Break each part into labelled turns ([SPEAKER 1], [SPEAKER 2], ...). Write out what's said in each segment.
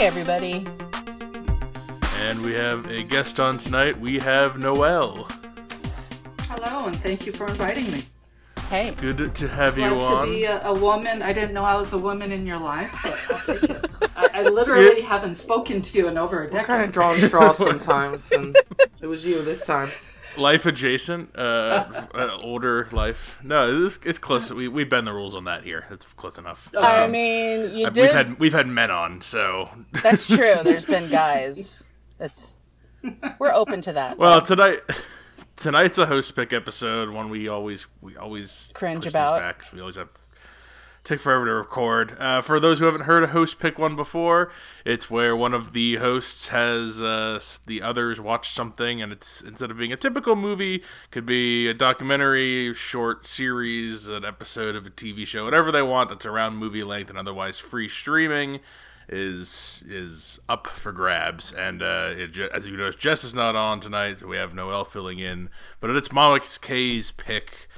[SPEAKER 1] Annie.
[SPEAKER 2] And we have a guest on tonight. We have Noel.
[SPEAKER 3] Hello, and thank you for inviting me.
[SPEAKER 1] Hey.
[SPEAKER 2] Good to have you
[SPEAKER 3] Glad to
[SPEAKER 2] on.
[SPEAKER 3] be a, a woman. I didn't know I was a woman in your life, but I'll take it. I, I literally haven't spoken to you in over a
[SPEAKER 1] Kind
[SPEAKER 3] decade.
[SPEAKER 1] of drawing straws sometimes, and it was you this time.
[SPEAKER 2] Life adjacent, uh, uh, older life. No, this it's close. We we bend the rules on that here. It's close enough.
[SPEAKER 4] Uh, I
[SPEAKER 2] Um,
[SPEAKER 4] mean, you
[SPEAKER 2] I-
[SPEAKER 4] did.
[SPEAKER 2] we've had we've had men on, so
[SPEAKER 4] That's true. There's been guys. That's we're open to that.
[SPEAKER 2] well tonight. Tonight's a host pick episode. One we always we always
[SPEAKER 4] Cringe
[SPEAKER 2] push these
[SPEAKER 4] about.
[SPEAKER 2] back 'cause we always have take forever to record. Uh, for those who haven't heard a host pick one before, it's where one of the hosts has uh, s- the others watch something, and it's instead of being a typical movie, could be a documentary, short series, an episode of a TV show, whatever they want that's around movie length and otherwise free streaming. Is is up for grabs, and uh, it, ju- as you notice, Jess is not on tonight. We have Noel filling in, but it's Malik K's pick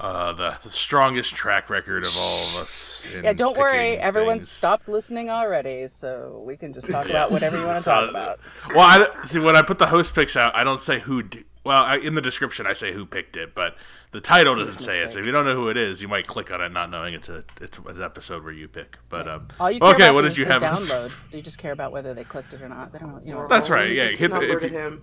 [SPEAKER 2] uh, the, the strongest track record of all of us. in
[SPEAKER 4] Yeah, don't worry.
[SPEAKER 2] picking
[SPEAKER 4] Everyone
[SPEAKER 2] things.
[SPEAKER 4] stopped listening already, so we can just talk about whatever you want to
[SPEAKER 2] So-
[SPEAKER 4] talk about.
[SPEAKER 2] Uh, Well, I, don't- see, when I put the host picks out, I don't say who. D- well, I, in the description, I say who picked it, but the title doesn't say it. So if you don't know who it is, you might click on it, not knowing it's a it's an episode where you pick. But um,
[SPEAKER 4] All you care
[SPEAKER 2] okay,
[SPEAKER 4] about
[SPEAKER 2] what
[SPEAKER 4] is
[SPEAKER 2] did you
[SPEAKER 4] the
[SPEAKER 2] have? in-
[SPEAKER 4] download. You just care about whether they clicked it or not. They don't, you know.
[SPEAKER 2] That's right,
[SPEAKER 1] Or
[SPEAKER 2] yeah,
[SPEAKER 1] Just
[SPEAKER 2] hit the-
[SPEAKER 1] number
[SPEAKER 2] if
[SPEAKER 1] to
[SPEAKER 2] you-
[SPEAKER 1] him.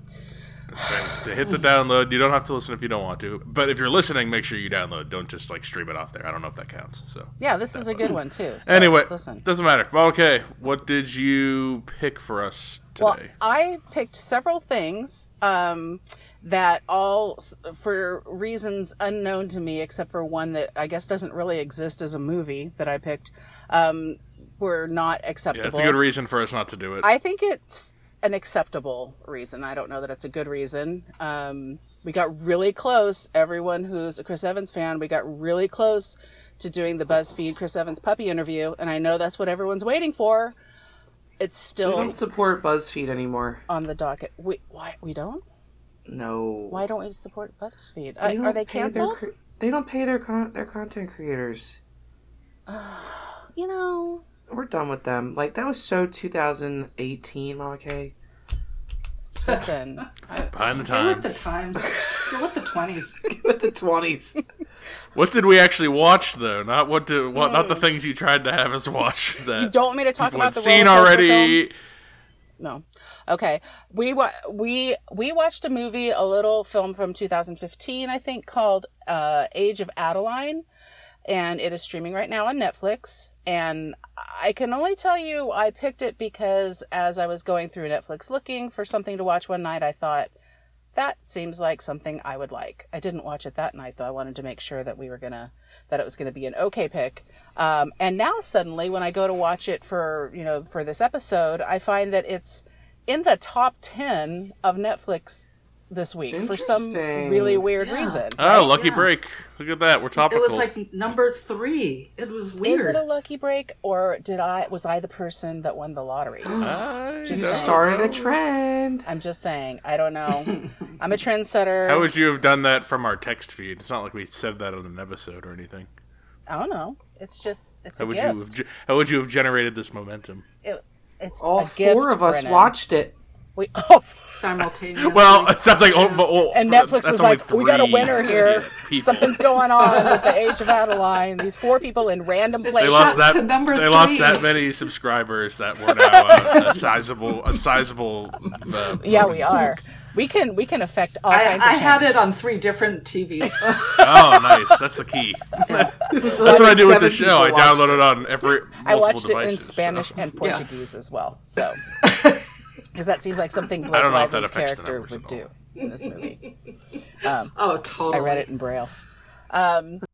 [SPEAKER 2] to hit the download, you don't have to listen if you don't want to. But if you're listening, make sure you download. Don't just like stream it off there. I don't know if that counts. So
[SPEAKER 4] Yeah, this is a good one too. So,
[SPEAKER 2] anyway,
[SPEAKER 4] listen.
[SPEAKER 2] doesn't matter. Well, okay, what did you pick for us today?
[SPEAKER 4] Well, I picked several things um, that all, s- for reasons unknown to me, except for one that I guess doesn't really exist as a movie that I picked, um, were not
[SPEAKER 2] Yeah,
[SPEAKER 4] acceptable.
[SPEAKER 2] that's a good reason for us not to do it.
[SPEAKER 4] I think it's an acceptable reason. I don't know that it's a good reason. Um, we got really close. Everyone who's a Chris Evans fan, we got really close to doing the BuzzFeed Chris Evans puppy interview, and I know that's what everyone's waiting for. It's
[SPEAKER 1] I
[SPEAKER 4] still
[SPEAKER 1] don't support BuzzFeed anymore.
[SPEAKER 4] on the docket. We why we don't?
[SPEAKER 1] No.
[SPEAKER 4] Why don't we support BuzzFeed?
[SPEAKER 1] They
[SPEAKER 4] Uh,
[SPEAKER 1] don't
[SPEAKER 4] are they
[SPEAKER 1] pay their
[SPEAKER 4] canceled?
[SPEAKER 1] cre- they don't pay their con- their content creators.
[SPEAKER 4] you know,
[SPEAKER 1] We're done with them. Like that was so 2018, Mama K.
[SPEAKER 4] listen.
[SPEAKER 2] Behind the
[SPEAKER 3] Go with
[SPEAKER 2] times.
[SPEAKER 3] the times. Go with the twenties.
[SPEAKER 1] with the 20s.
[SPEAKER 2] What did we actually watch though? Not what do what not the things you tried to have us watch that
[SPEAKER 4] Hmm. you don't want me to talk
[SPEAKER 2] people had
[SPEAKER 4] about the
[SPEAKER 2] seen
[SPEAKER 4] roller coaster film?
[SPEAKER 2] already.
[SPEAKER 4] No. Okay. We wa- we we watched a movie, a little film from 2015, I think, called uh, Age of Adeline, and it is streaming right now on Netflix. And I can only tell you I picked it because as I was going through Netflix looking for something to watch one night, I thought that seems like something I would like. I didn't watch it that night though. I wanted to make sure that we were gonna that it was gonna be an okay pick. Um, and now suddenly, when I go to watch it for you know for this episode, I find that it's in the top ten of Netflix this week for some
[SPEAKER 1] Interesting.
[SPEAKER 4] really weird reason.
[SPEAKER 2] Oh, lucky break. Look at that. We're
[SPEAKER 3] It
[SPEAKER 2] topical.
[SPEAKER 3] was like number three. It was
[SPEAKER 4] Is it
[SPEAKER 3] weird.
[SPEAKER 4] a lucky break, or did I was I the person that won the lottery?
[SPEAKER 2] I
[SPEAKER 4] Just
[SPEAKER 1] Oh,
[SPEAKER 2] don't
[SPEAKER 1] Started a
[SPEAKER 2] know.
[SPEAKER 1] trend.
[SPEAKER 4] I'm just saying. I don't know. I'm a trendsetter.
[SPEAKER 2] How would you have done that from our text feed? It's not like we said that on an episode or anything.
[SPEAKER 4] I don't know. It's just it's
[SPEAKER 2] How
[SPEAKER 4] a
[SPEAKER 2] would
[SPEAKER 4] gift.
[SPEAKER 2] you have ge- how would you have generated this momentum?
[SPEAKER 4] It- it's a
[SPEAKER 1] All
[SPEAKER 4] gift,
[SPEAKER 1] four of us
[SPEAKER 4] Brennan.
[SPEAKER 1] watched it.
[SPEAKER 4] We oh, all
[SPEAKER 3] Simultaneously.
[SPEAKER 2] Well, it sounds like oh, but- oh,
[SPEAKER 4] And
[SPEAKER 2] for-
[SPEAKER 4] Netflix
[SPEAKER 2] that's
[SPEAKER 4] was
[SPEAKER 2] only
[SPEAKER 4] like, "We got a
[SPEAKER 2] three
[SPEAKER 4] winner here.
[SPEAKER 2] people.
[SPEAKER 4] Something's going on with the Age of Adeline. These four people in random
[SPEAKER 2] They
[SPEAKER 4] places."
[SPEAKER 2] lost
[SPEAKER 3] Shots
[SPEAKER 2] that.
[SPEAKER 3] to number
[SPEAKER 2] They lost
[SPEAKER 3] three.
[SPEAKER 2] that many subscribers that were now uh, a sizable, a sizable. Uh,
[SPEAKER 4] yeah, we are. We can we can affect all
[SPEAKER 3] I,
[SPEAKER 4] kinds of
[SPEAKER 3] I had
[SPEAKER 4] change.
[SPEAKER 3] it on three different TVs.
[SPEAKER 2] Oh, nice. That's the key. That's what I do with the show. I download it on every multiple
[SPEAKER 4] I watched
[SPEAKER 2] devices.
[SPEAKER 4] it in Spanish
[SPEAKER 2] so-
[SPEAKER 4] and Portuguese as well. So, because that seems like something Blake
[SPEAKER 2] I don't know if that
[SPEAKER 4] Lively's
[SPEAKER 2] affects the
[SPEAKER 4] character
[SPEAKER 2] numbers
[SPEAKER 4] would
[SPEAKER 2] at
[SPEAKER 4] do in this movie.
[SPEAKER 3] Oh,
[SPEAKER 4] I
[SPEAKER 3] totally.
[SPEAKER 4] read it in braille.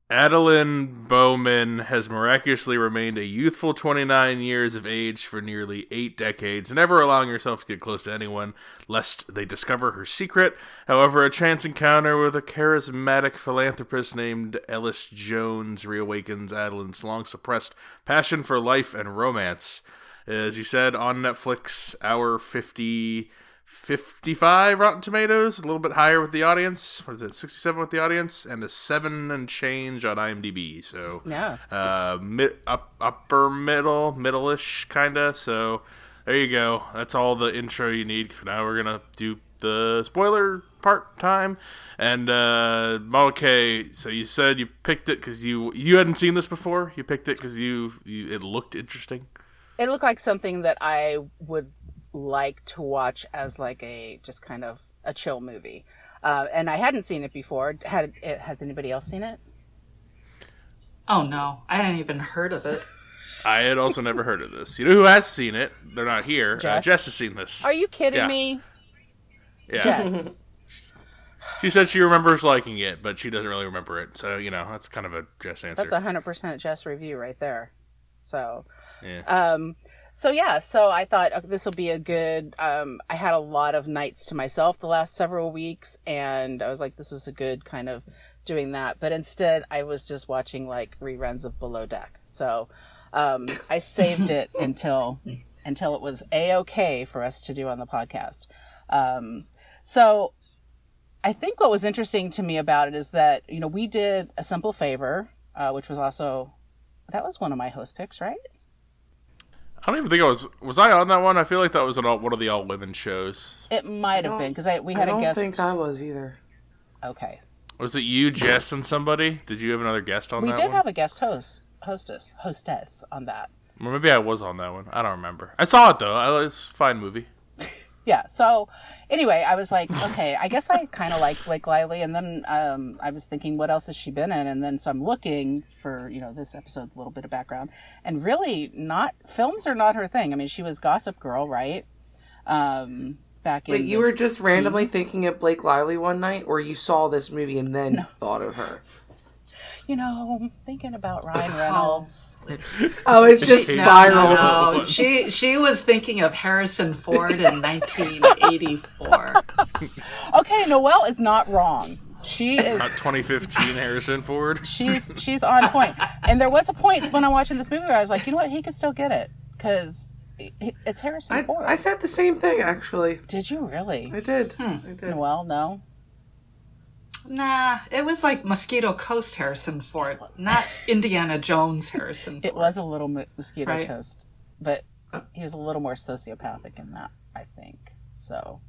[SPEAKER 2] Adeline Bowman has miraculously remained a youthful 29 years of age for nearly eight decades, never allowing herself to get close to anyone lest they discover her secret. However, a chance encounter with a charismatic philanthropist named Ellis Jones reawakens Adeline's long suppressed passion for life and romance. As you said, on Netflix, hour 50. 55 Rotten Tomatoes, a little bit higher with the audience. What is it? 67 with the audience, and a seven and change on IMDb. So
[SPEAKER 4] Yeah.
[SPEAKER 2] uh, mid, up, upper middle, middle-ish kind of. So There you go. That's all the intro you need. 'cause now we're gonna do the spoiler part time. And uh, okay, so you said you picked it because you you hadn't seen this before. You picked it because you, you it looked interesting.
[SPEAKER 4] It looked like something that I would like to watch as like a just kind of a chill movie. Uh, and I hadn't seen it before. Had it, has anybody else seen it?
[SPEAKER 3] Oh no, I hadn't even heard of it.
[SPEAKER 2] I had also never heard of this. You know who has seen it? They're not here. Jess, uh,
[SPEAKER 4] Jess?
[SPEAKER 2] Jess has seen this.
[SPEAKER 4] Are you kidding
[SPEAKER 2] Yeah.
[SPEAKER 4] me?
[SPEAKER 2] yeah.
[SPEAKER 4] Jess.
[SPEAKER 2] She said she remembers liking it, but she doesn't really remember it. So you know that's kind of a Jess answer.
[SPEAKER 4] That's a hundred percent Jess review right there. So,
[SPEAKER 2] Yeah.
[SPEAKER 4] um, so yeah, so I thought uh, this will be a good. Um, I had a lot of nights to myself the last several weeks, and I was like, this is a good kind of doing that. But instead, I was just watching like reruns of Below Deck. So, um, I saved it until until it was a okay for us to do on the podcast. Um, so I think what was interesting to me about it is that you know we did a simple favor, uh, which was also that was one of my host picks, right?
[SPEAKER 2] I don't even think I was was I on that one. I feel like that was an all, one of the all women shows.
[SPEAKER 4] It might have been because I we
[SPEAKER 1] I
[SPEAKER 4] had a
[SPEAKER 1] don't
[SPEAKER 4] guest.
[SPEAKER 1] think I was either.
[SPEAKER 4] okay,
[SPEAKER 2] Was it you, Jess, and somebody? Did you have another guest on
[SPEAKER 4] we
[SPEAKER 2] that
[SPEAKER 4] did
[SPEAKER 2] one?
[SPEAKER 4] have a guest host, hostess, hostess on that.
[SPEAKER 2] or maybe I was on that one. I don't remember. I saw it though. I, it's a fine movie.
[SPEAKER 4] yeah so anyway i was like okay i guess i kind of like blake lively and then um, i was thinking what else has she been in and then so i'm looking for you know this episode a little bit of background and really not films are not her thing i mean she was gossip girl right um back in
[SPEAKER 1] Wait, you
[SPEAKER 4] the
[SPEAKER 1] were just randomly
[SPEAKER 4] teens.
[SPEAKER 1] thinking of Blake Lively one night, or you saw this movie and then thought of her?
[SPEAKER 4] you know I'm thinking about ryan reynolds
[SPEAKER 1] Oh, it just
[SPEAKER 2] No,
[SPEAKER 1] spiraled.
[SPEAKER 2] no.
[SPEAKER 3] No, she she was thinking of Harrison Ford in 1984.
[SPEAKER 4] okay noelle is not wrong she is
[SPEAKER 2] Not 2015 Harrison Ford.
[SPEAKER 4] she's she's on point. And there was a point when I'm watching this movie where I was like, you know what, he could still get it because it's Harrison
[SPEAKER 1] I,
[SPEAKER 4] Ford.
[SPEAKER 1] I said the same thing actually.
[SPEAKER 4] Did you really?
[SPEAKER 1] I did. I did.
[SPEAKER 4] Well, no.
[SPEAKER 3] Nah, it was like Mosquito Coast Harrison Ford, not Indiana Jones Harrison Ford.
[SPEAKER 4] It was a little mo- mosquito
[SPEAKER 3] Right.
[SPEAKER 4] coast, but
[SPEAKER 1] Uh.
[SPEAKER 4] he was a little more sociopathic in that, I think. So,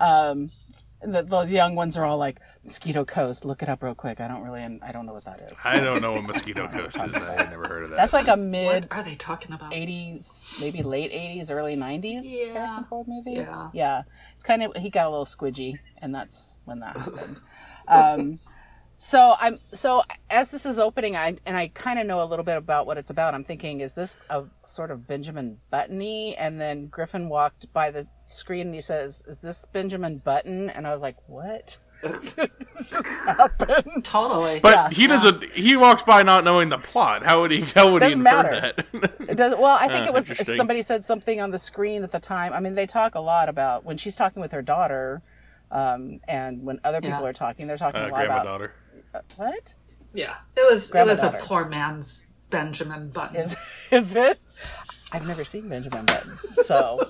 [SPEAKER 4] um, the, the young ones are all like mosquito coast. Look it up real quick. I don't really, I don't know what that is.
[SPEAKER 2] I don't know what Mosquito Coast is. I've never heard of that.
[SPEAKER 4] That's like a
[SPEAKER 3] What
[SPEAKER 4] mid
[SPEAKER 3] are they talking about?
[SPEAKER 4] 80s, maybe late 80s, early 90s
[SPEAKER 3] Yeah.
[SPEAKER 4] Harrison Ford movie.
[SPEAKER 3] Yeah.
[SPEAKER 4] Yeah. It's kind of, he got a little squidgy, and that's when that happened. um, so I'm so as this is opening, I and I kind of know a little bit about what it's about. I'm thinking, is this a sort of Benjamin Buttony? And then Griffin walked by the screen and he says, "Is this Benjamin Button?" And I was like, "What?"
[SPEAKER 3] Totally.
[SPEAKER 2] but he doesn't. He walks by not knowing the plot. How would he? How would he
[SPEAKER 4] Doesn't
[SPEAKER 2] infer
[SPEAKER 4] matter.
[SPEAKER 2] that?
[SPEAKER 4] It does well. I think
[SPEAKER 2] Uh,
[SPEAKER 4] it was
[SPEAKER 2] interesting.
[SPEAKER 4] somebody said something on the screen at the time. I mean, they talk a lot about when she's talking with her daughter, um, and when other people
[SPEAKER 3] Yeah.
[SPEAKER 4] are talking, they're talking
[SPEAKER 2] uh,
[SPEAKER 4] a lot
[SPEAKER 2] grandma
[SPEAKER 4] about
[SPEAKER 2] daughter.
[SPEAKER 4] what
[SPEAKER 3] yeah, it was it
[SPEAKER 4] Grandma
[SPEAKER 3] was a
[SPEAKER 4] daughter.
[SPEAKER 3] poor man's Benjamin Button.
[SPEAKER 4] is is it? I've never seen Benjamin Button, so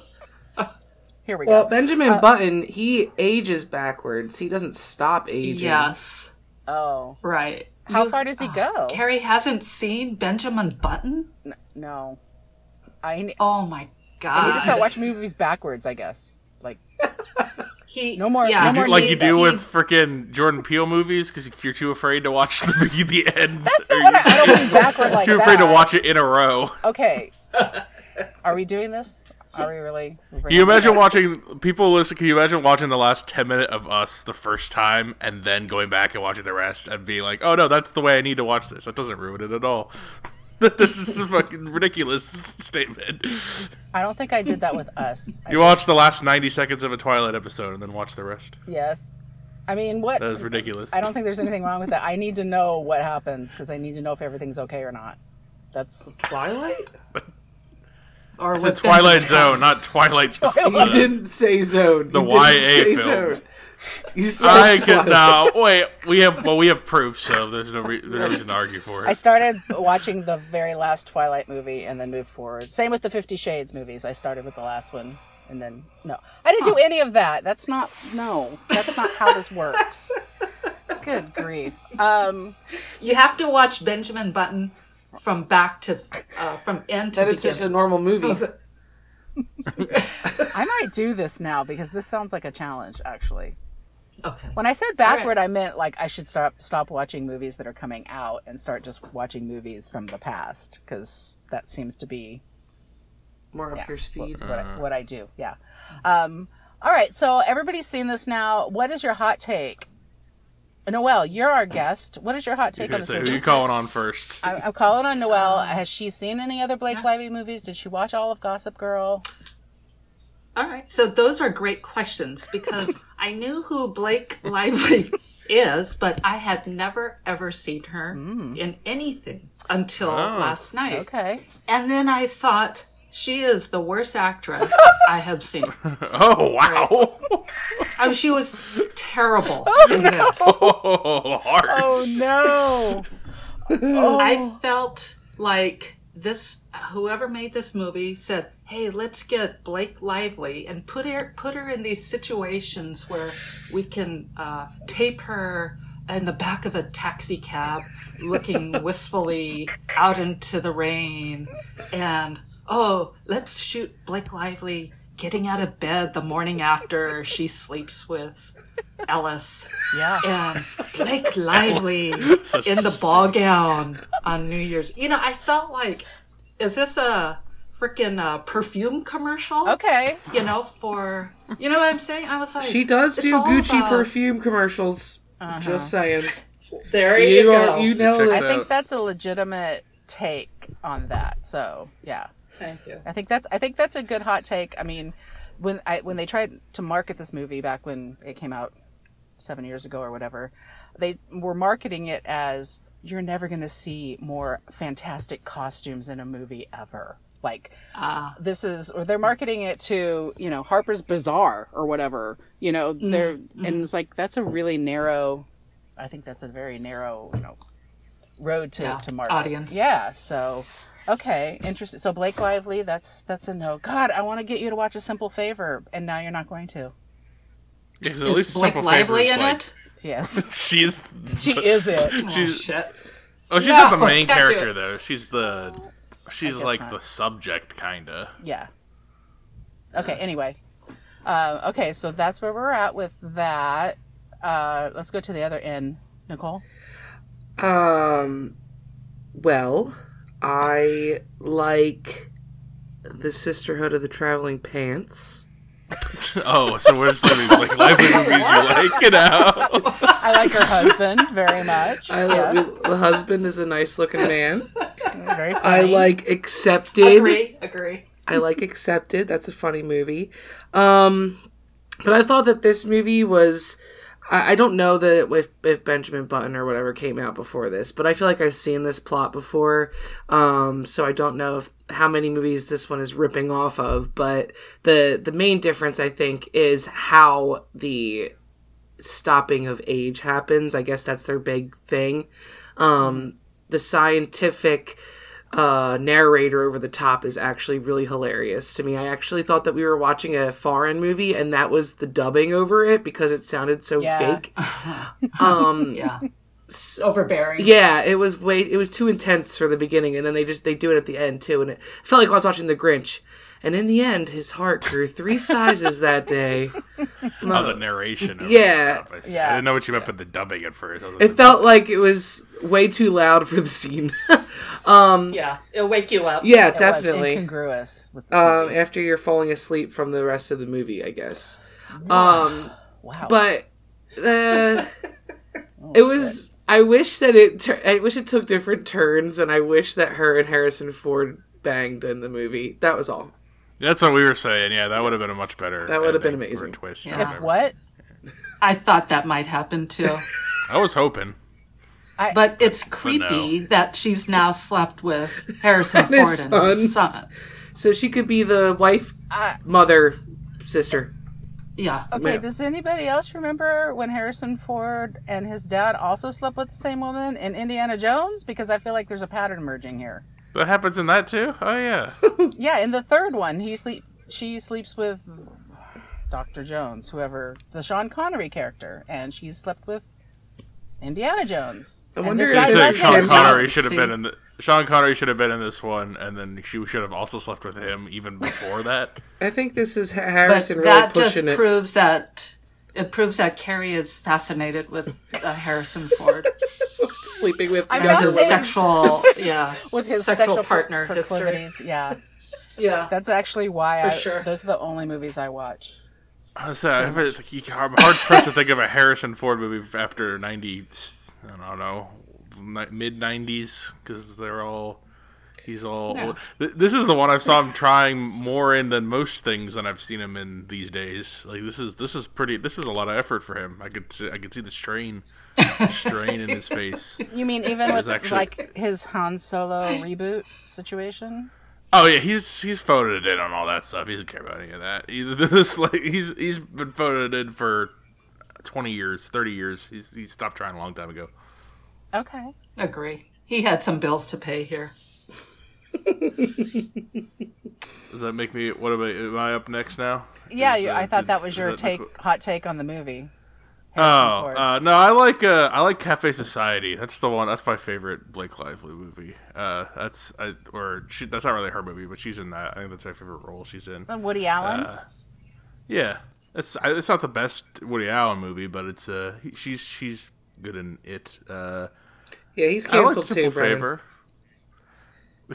[SPEAKER 4] here we
[SPEAKER 1] Well,
[SPEAKER 4] go.
[SPEAKER 1] Benjamin
[SPEAKER 3] Uh,
[SPEAKER 1] Button, he ages backwards. He doesn't stop aging.
[SPEAKER 3] yes,
[SPEAKER 4] Oh,
[SPEAKER 3] right.
[SPEAKER 4] how
[SPEAKER 3] You- uh,
[SPEAKER 4] far does he go?
[SPEAKER 3] Carrie hasn't seen Benjamin Button.
[SPEAKER 4] no, I need
[SPEAKER 3] Oh my
[SPEAKER 4] I need to start
[SPEAKER 3] god!
[SPEAKER 4] watching movies backwards. I guess like
[SPEAKER 3] He
[SPEAKER 4] No more-
[SPEAKER 3] Yeah,
[SPEAKER 4] no more
[SPEAKER 2] You- like you
[SPEAKER 4] news
[SPEAKER 2] do
[SPEAKER 4] that
[SPEAKER 2] with freaking Jordan Peele movies because you're too afraid to watch the the end.
[SPEAKER 4] that's
[SPEAKER 2] Or
[SPEAKER 4] not what I,
[SPEAKER 2] you're
[SPEAKER 4] I don't mean backward like
[SPEAKER 2] too afraid to
[SPEAKER 4] that.
[SPEAKER 2] watch it in a row.
[SPEAKER 4] Okay, are we doing this? Are we really? we're
[SPEAKER 2] Can you
[SPEAKER 4] bringing it
[SPEAKER 2] imagine watching people listen? Can you imagine watching the last ten minute of us the first time and then going back and watching the rest and being like, "Oh no, that's the way I need to watch this. That doesn't ruin it at all." That- That's just a fucking ridiculous statement.
[SPEAKER 4] I don't think I did that with us. I
[SPEAKER 2] You watch the last ninety seconds of a Twilight episode and then watch the rest.
[SPEAKER 4] Yes. I mean, what?
[SPEAKER 2] That is ridiculous.
[SPEAKER 4] I don't think there's anything wrong with that. I need to know what happens because I need to know if everything's okay or not. That's
[SPEAKER 1] Twilight?
[SPEAKER 3] or
[SPEAKER 2] It's
[SPEAKER 3] with
[SPEAKER 2] Twilight
[SPEAKER 3] Benjamin
[SPEAKER 2] Zone, not Twilight.
[SPEAKER 1] You didn't say zone. The
[SPEAKER 2] YA
[SPEAKER 1] did
[SPEAKER 2] film.
[SPEAKER 1] You said
[SPEAKER 2] I can
[SPEAKER 1] Twilight.
[SPEAKER 2] now wait. We have well, we have proof, so there's no, re- there's no reason to argue for
[SPEAKER 4] I
[SPEAKER 2] it.
[SPEAKER 4] started watching the very last Twilight movie and then moved forward. Same with the Fifty Shades movies. I started with the last one and then no, I didn't do any of that. That's not no. That's not how this works. Good grief. Um,
[SPEAKER 3] You have to watch Benjamin Button from back to uh, from end to
[SPEAKER 1] Then
[SPEAKER 3] beginning.
[SPEAKER 1] it's just a normal movie.
[SPEAKER 4] I might do this now because this sounds like a challenge, actually.
[SPEAKER 5] Okay.
[SPEAKER 4] When I said backward, I meant like I should stop stop watching movies that are coming out and start just watching movies from the past because that seems to be
[SPEAKER 1] More up your speed.
[SPEAKER 4] what,
[SPEAKER 2] Mm.
[SPEAKER 4] I, what I do. Yeah. Um, all right. So everybody's seen this now. What is your hot take? Noelle, you're our guest. What is your hot take on
[SPEAKER 2] Okay,
[SPEAKER 4] this
[SPEAKER 2] so who
[SPEAKER 4] movie?
[SPEAKER 2] you calling on first?
[SPEAKER 4] I'm, I'm calling on Noelle. Has she seen any other Blake Lively movies? Did she watch all of Gossip Girl?
[SPEAKER 3] All right. So those are great questions because I knew who Blake Lively is, but I had never ever seen her in anything until last night.
[SPEAKER 4] Okay.
[SPEAKER 3] And then I thought she is the worst actress I have seen.
[SPEAKER 2] Oh wow!
[SPEAKER 3] I mean, she was terrible in this.
[SPEAKER 2] Oh, hard.
[SPEAKER 4] Oh no.
[SPEAKER 3] I felt like this whoever made this movie said, "Hey, let's get Blake Lively and put her put her in these situations where we can uh, tape her in the back of a taxi cab, looking wistfully out into the rain, and oh, let's shoot Blake Lively." Getting out of bed the morning after she sleeps with Ellis
[SPEAKER 4] Yeah.
[SPEAKER 3] and Blake Lively in the ball gown on New Year's. You know, I felt like, is this a freaking uh, perfume commercial?
[SPEAKER 4] Okay.
[SPEAKER 3] You know, for you know what I'm saying? I was like,
[SPEAKER 1] She does
[SPEAKER 3] it's
[SPEAKER 1] do
[SPEAKER 3] all
[SPEAKER 1] Gucci
[SPEAKER 3] about- Uh-huh.
[SPEAKER 1] perfume commercials. Just saying.
[SPEAKER 3] There
[SPEAKER 1] You,
[SPEAKER 3] you,
[SPEAKER 1] are-
[SPEAKER 3] go.
[SPEAKER 1] you know
[SPEAKER 2] Check
[SPEAKER 1] that.
[SPEAKER 4] I think
[SPEAKER 2] So-
[SPEAKER 4] that's a legitimate take on that. So yeah.
[SPEAKER 3] Thank you.
[SPEAKER 4] I think that's I think that's a good hot take. I mean, when I when they tried to market this movie back when it came out seven years ago or whatever, they were marketing it as you're never going to see more fantastic costumes in a movie ever. Like
[SPEAKER 3] Ah.
[SPEAKER 4] this is, or they're marketing it to you know Harper's Bazaar or whatever. You know they're
[SPEAKER 3] Mm-hmm.
[SPEAKER 4] and it's like that's a really narrow. I think that's a very narrow you know road to
[SPEAKER 3] Yeah,
[SPEAKER 4] to market
[SPEAKER 3] audience.
[SPEAKER 4] Yeah, so. Okay, interesting. So Blake Lively, that's that's a no. God, I want to get you to watch A Simple Favor, and now you're not going to.
[SPEAKER 2] Yeah, 'cause at
[SPEAKER 3] Is
[SPEAKER 2] least
[SPEAKER 3] Blake
[SPEAKER 2] Simple
[SPEAKER 3] Lively
[SPEAKER 2] Favor is
[SPEAKER 3] in
[SPEAKER 2] like-
[SPEAKER 3] it?
[SPEAKER 4] Yes,
[SPEAKER 2] She's
[SPEAKER 4] she is it.
[SPEAKER 2] she's
[SPEAKER 3] Shit.
[SPEAKER 2] Oh, she's not
[SPEAKER 3] No,
[SPEAKER 2] the main
[SPEAKER 3] can't do
[SPEAKER 2] character
[SPEAKER 3] it.
[SPEAKER 2] though. She's the she's
[SPEAKER 4] guess
[SPEAKER 2] like
[SPEAKER 4] not.
[SPEAKER 2] the subject kinda.
[SPEAKER 4] Yeah. Okay. Anyway. Um, okay, so that's where we're at with that. Uh, let's go to the other end, Nicole.
[SPEAKER 1] Um, well, I like the Sisterhood of the Traveling Pants.
[SPEAKER 2] Oh, so where's the like lively movies you like? Get out.
[SPEAKER 4] I like her husband very much.
[SPEAKER 1] I
[SPEAKER 4] yeah,
[SPEAKER 1] love the husband is a nice looking man.
[SPEAKER 4] very
[SPEAKER 1] I
[SPEAKER 4] funny.
[SPEAKER 1] like accepted.
[SPEAKER 3] Agree. Agree.
[SPEAKER 1] I like Accepted. That's a funny movie. Um, but I thought that this movie was. I, I don't know that if, if Benjamin Button or whatever came out before this, but I feel like I've seen this plot before. Um, so I don't know if how many movies this one is ripping off of. But the the main difference I think is how the stopping of age happens. I guess that's their big thing. Um, the scientific uh, narrator over the top is actually really hilarious to me. I actually thought that we were watching a foreign movie, and that was the dubbing over it because it sounded so
[SPEAKER 4] Yeah.
[SPEAKER 1] fake.
[SPEAKER 3] Yeah. Overbearing.
[SPEAKER 1] Yeah, it was way it was too intense for the beginning, and then they just they do it at the end too, and it felt like I was watching The Grinch. And in the end, his heart grew three sizes that day.
[SPEAKER 2] Oh, the narration. over
[SPEAKER 1] Yeah,
[SPEAKER 2] the top, I, see.
[SPEAKER 4] yeah.
[SPEAKER 2] I didn't know what you meant by the dubbing at first. I was like,
[SPEAKER 1] It felt like it was way too loud for the scene.
[SPEAKER 3] Yeah. It'll wake you up.
[SPEAKER 1] yeah,
[SPEAKER 4] It was
[SPEAKER 1] definitely.
[SPEAKER 4] incongruous with this
[SPEAKER 1] um,
[SPEAKER 4] movie.
[SPEAKER 1] after you're falling asleep from the rest of the movie, I guess. Um,
[SPEAKER 4] Wow.
[SPEAKER 1] but uh, it was. I wish that it. Tur- I wish it took different turns, and I wish that her and Harrison Ford banged in the movie. That was all.
[SPEAKER 2] That's what we were saying. Yeah, that would have been a much better.
[SPEAKER 1] That would have been
[SPEAKER 2] ending or
[SPEAKER 1] amazing.
[SPEAKER 2] Twist. or
[SPEAKER 3] Yeah.
[SPEAKER 2] whatever.
[SPEAKER 4] what?
[SPEAKER 3] I thought that might happen too.
[SPEAKER 2] I was hoping.
[SPEAKER 3] But it's creepy that she's now slept with Harrison Ford
[SPEAKER 1] his
[SPEAKER 3] and his son.
[SPEAKER 1] So she could be the wife,
[SPEAKER 4] I-
[SPEAKER 3] Uh,
[SPEAKER 1] mother, sister.
[SPEAKER 3] Yeah.
[SPEAKER 4] Okay,
[SPEAKER 1] Yeah.
[SPEAKER 4] does anybody else remember when Harrison Ford and his dad also slept with the same woman in Indiana Jones? Because I feel like there's a pattern emerging here.
[SPEAKER 2] That happens in that too. Oh yeah.
[SPEAKER 4] Yeah, in the third one, he sleep she sleeps with Dr. Jones, whoever the Sean Connery character, and she slept with Indiana Jones.
[SPEAKER 1] I
[SPEAKER 4] And
[SPEAKER 1] wonder
[SPEAKER 4] this
[SPEAKER 1] if
[SPEAKER 4] guy
[SPEAKER 1] it's
[SPEAKER 2] so
[SPEAKER 1] That's
[SPEAKER 4] doesn't.
[SPEAKER 2] Sean
[SPEAKER 1] him.
[SPEAKER 2] Connery should have
[SPEAKER 3] See.
[SPEAKER 2] been in the. Sean Connery should have been in this one, and then she should have also slept with him even before that.
[SPEAKER 1] I think this is
[SPEAKER 3] But
[SPEAKER 1] Harrison really
[SPEAKER 3] that just
[SPEAKER 1] pushing it.
[SPEAKER 3] proves that it proves that Carrie is fascinated with uh, Harrison Ford
[SPEAKER 1] sleeping with
[SPEAKER 4] I'm
[SPEAKER 1] younger
[SPEAKER 3] and his
[SPEAKER 4] Fascinated.
[SPEAKER 1] women.
[SPEAKER 3] sexual, yeah,
[SPEAKER 4] with his
[SPEAKER 3] Sexual
[SPEAKER 4] sexual, pro-
[SPEAKER 3] partner history.
[SPEAKER 4] proclivities. Yeah,
[SPEAKER 3] yeah.
[SPEAKER 4] that's actually why I.
[SPEAKER 3] sure.
[SPEAKER 4] Those are the only movies I watch.
[SPEAKER 2] I was saying, I have a- like, I'm hard pressed to think of a Harrison Ford movie after '90. I don't know, mid '90s, because they're all he's all. old. Th- This is the one I've saw him trying more in than most things than I've seen him in these days. Like this is this is pretty. This was a lot of effort for him. I could see- I could see the strain, strain in his face.
[SPEAKER 4] You mean even with
[SPEAKER 2] actually-
[SPEAKER 4] like his Han Solo reboot situation?
[SPEAKER 2] Oh yeah, he's he's photed in on all that stuff. He doesn't care about any of that. He, this like he's he's been photed in for twenty years, thirty years. He's he stopped trying a long time ago.
[SPEAKER 4] Okay.
[SPEAKER 3] Agree. He had some bills to pay here.
[SPEAKER 2] Does that make me? What am I? Am I up next now?
[SPEAKER 4] Yeah,
[SPEAKER 2] Is,
[SPEAKER 4] you
[SPEAKER 2] uh,
[SPEAKER 4] I thought
[SPEAKER 2] did-
[SPEAKER 4] that was
[SPEAKER 2] is
[SPEAKER 4] your
[SPEAKER 2] that
[SPEAKER 4] take,
[SPEAKER 2] Nicole-
[SPEAKER 4] hot take on the movie.
[SPEAKER 2] Oh
[SPEAKER 4] Ford.
[SPEAKER 2] uh, no, I like uh, I like Cafe Society. That's the one. That's my favorite Blake Lively movie. Uh, that's I, or she, that's not really her movie, but she's in that. I think that's my favorite role she's in.
[SPEAKER 4] Uh, Woody Allen.
[SPEAKER 2] Yeah, it's I- it's not the best Woody Allen movie, but it's uh he- she's she's good in it. Uh,
[SPEAKER 1] Yeah, he's
[SPEAKER 2] I like
[SPEAKER 1] canceled too,
[SPEAKER 2] Simple
[SPEAKER 1] Brennan.
[SPEAKER 2] Favor.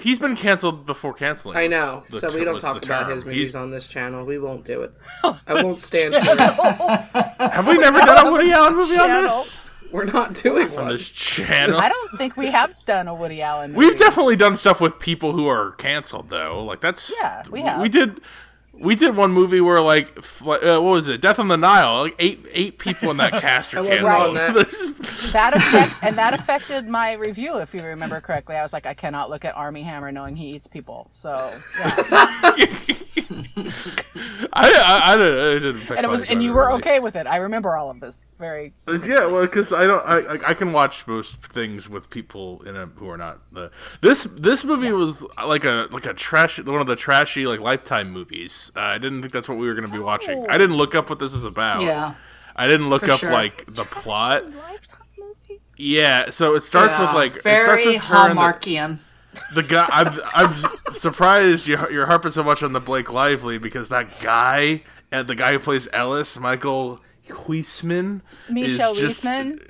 [SPEAKER 2] He's been canceled before canceling.
[SPEAKER 1] I
[SPEAKER 2] was
[SPEAKER 1] know.
[SPEAKER 2] the
[SPEAKER 1] So
[SPEAKER 2] ter-
[SPEAKER 1] we don't
[SPEAKER 2] was
[SPEAKER 1] talk
[SPEAKER 2] the
[SPEAKER 1] about
[SPEAKER 2] term.
[SPEAKER 1] his movies
[SPEAKER 2] He's-
[SPEAKER 1] on this channel. We won't do it. I won't stand for it.
[SPEAKER 2] Have we never done a Woody Allen movie on this?
[SPEAKER 1] We're not doing
[SPEAKER 2] On
[SPEAKER 1] one.
[SPEAKER 2] this channel.
[SPEAKER 4] I don't think we have done a Woody Allen. Movie.
[SPEAKER 2] We've definitely done stuff with people who are canceled though. Like that's
[SPEAKER 4] Yeah, we have.
[SPEAKER 2] We did. We did one movie where like f- like, uh, what was it? Death on the Nile. Like eight eight people in that cast are
[SPEAKER 1] wasn't
[SPEAKER 2] canceled.
[SPEAKER 1] on
[SPEAKER 4] that affect, and that affected my review, if you remember correctly. I was like, I cannot look at Army Hammer knowing he eats people. So yeah.
[SPEAKER 2] I I, I, didn't, it didn't affect
[SPEAKER 4] and it
[SPEAKER 2] my
[SPEAKER 4] was, and
[SPEAKER 2] enjoyment
[SPEAKER 4] you were
[SPEAKER 2] really.
[SPEAKER 4] okay with it. I remember all of this. Very
[SPEAKER 2] Yeah, well, because I don't, I, I, I can watch most things with people in a, who are not the this this movie was like a like a trash one of the trashy like Lifetime movies. Uh, I didn't think that's what we were going to be watching. I didn't look up what this was about.
[SPEAKER 3] Yeah.
[SPEAKER 2] I didn't look
[SPEAKER 3] For
[SPEAKER 2] up
[SPEAKER 3] sure.
[SPEAKER 2] like the plot.
[SPEAKER 4] lifetime movie.
[SPEAKER 2] Yeah, so it starts
[SPEAKER 3] Yeah.
[SPEAKER 2] with like it starts
[SPEAKER 3] very
[SPEAKER 2] with her and the-
[SPEAKER 3] Hallmarkian.
[SPEAKER 2] the guy I'm I'm surprised you you're harping so much on the Blake Lively because that guy and the guy who plays Ellis, Michael Huisman,
[SPEAKER 4] Michelle
[SPEAKER 2] is just
[SPEAKER 4] Weisman?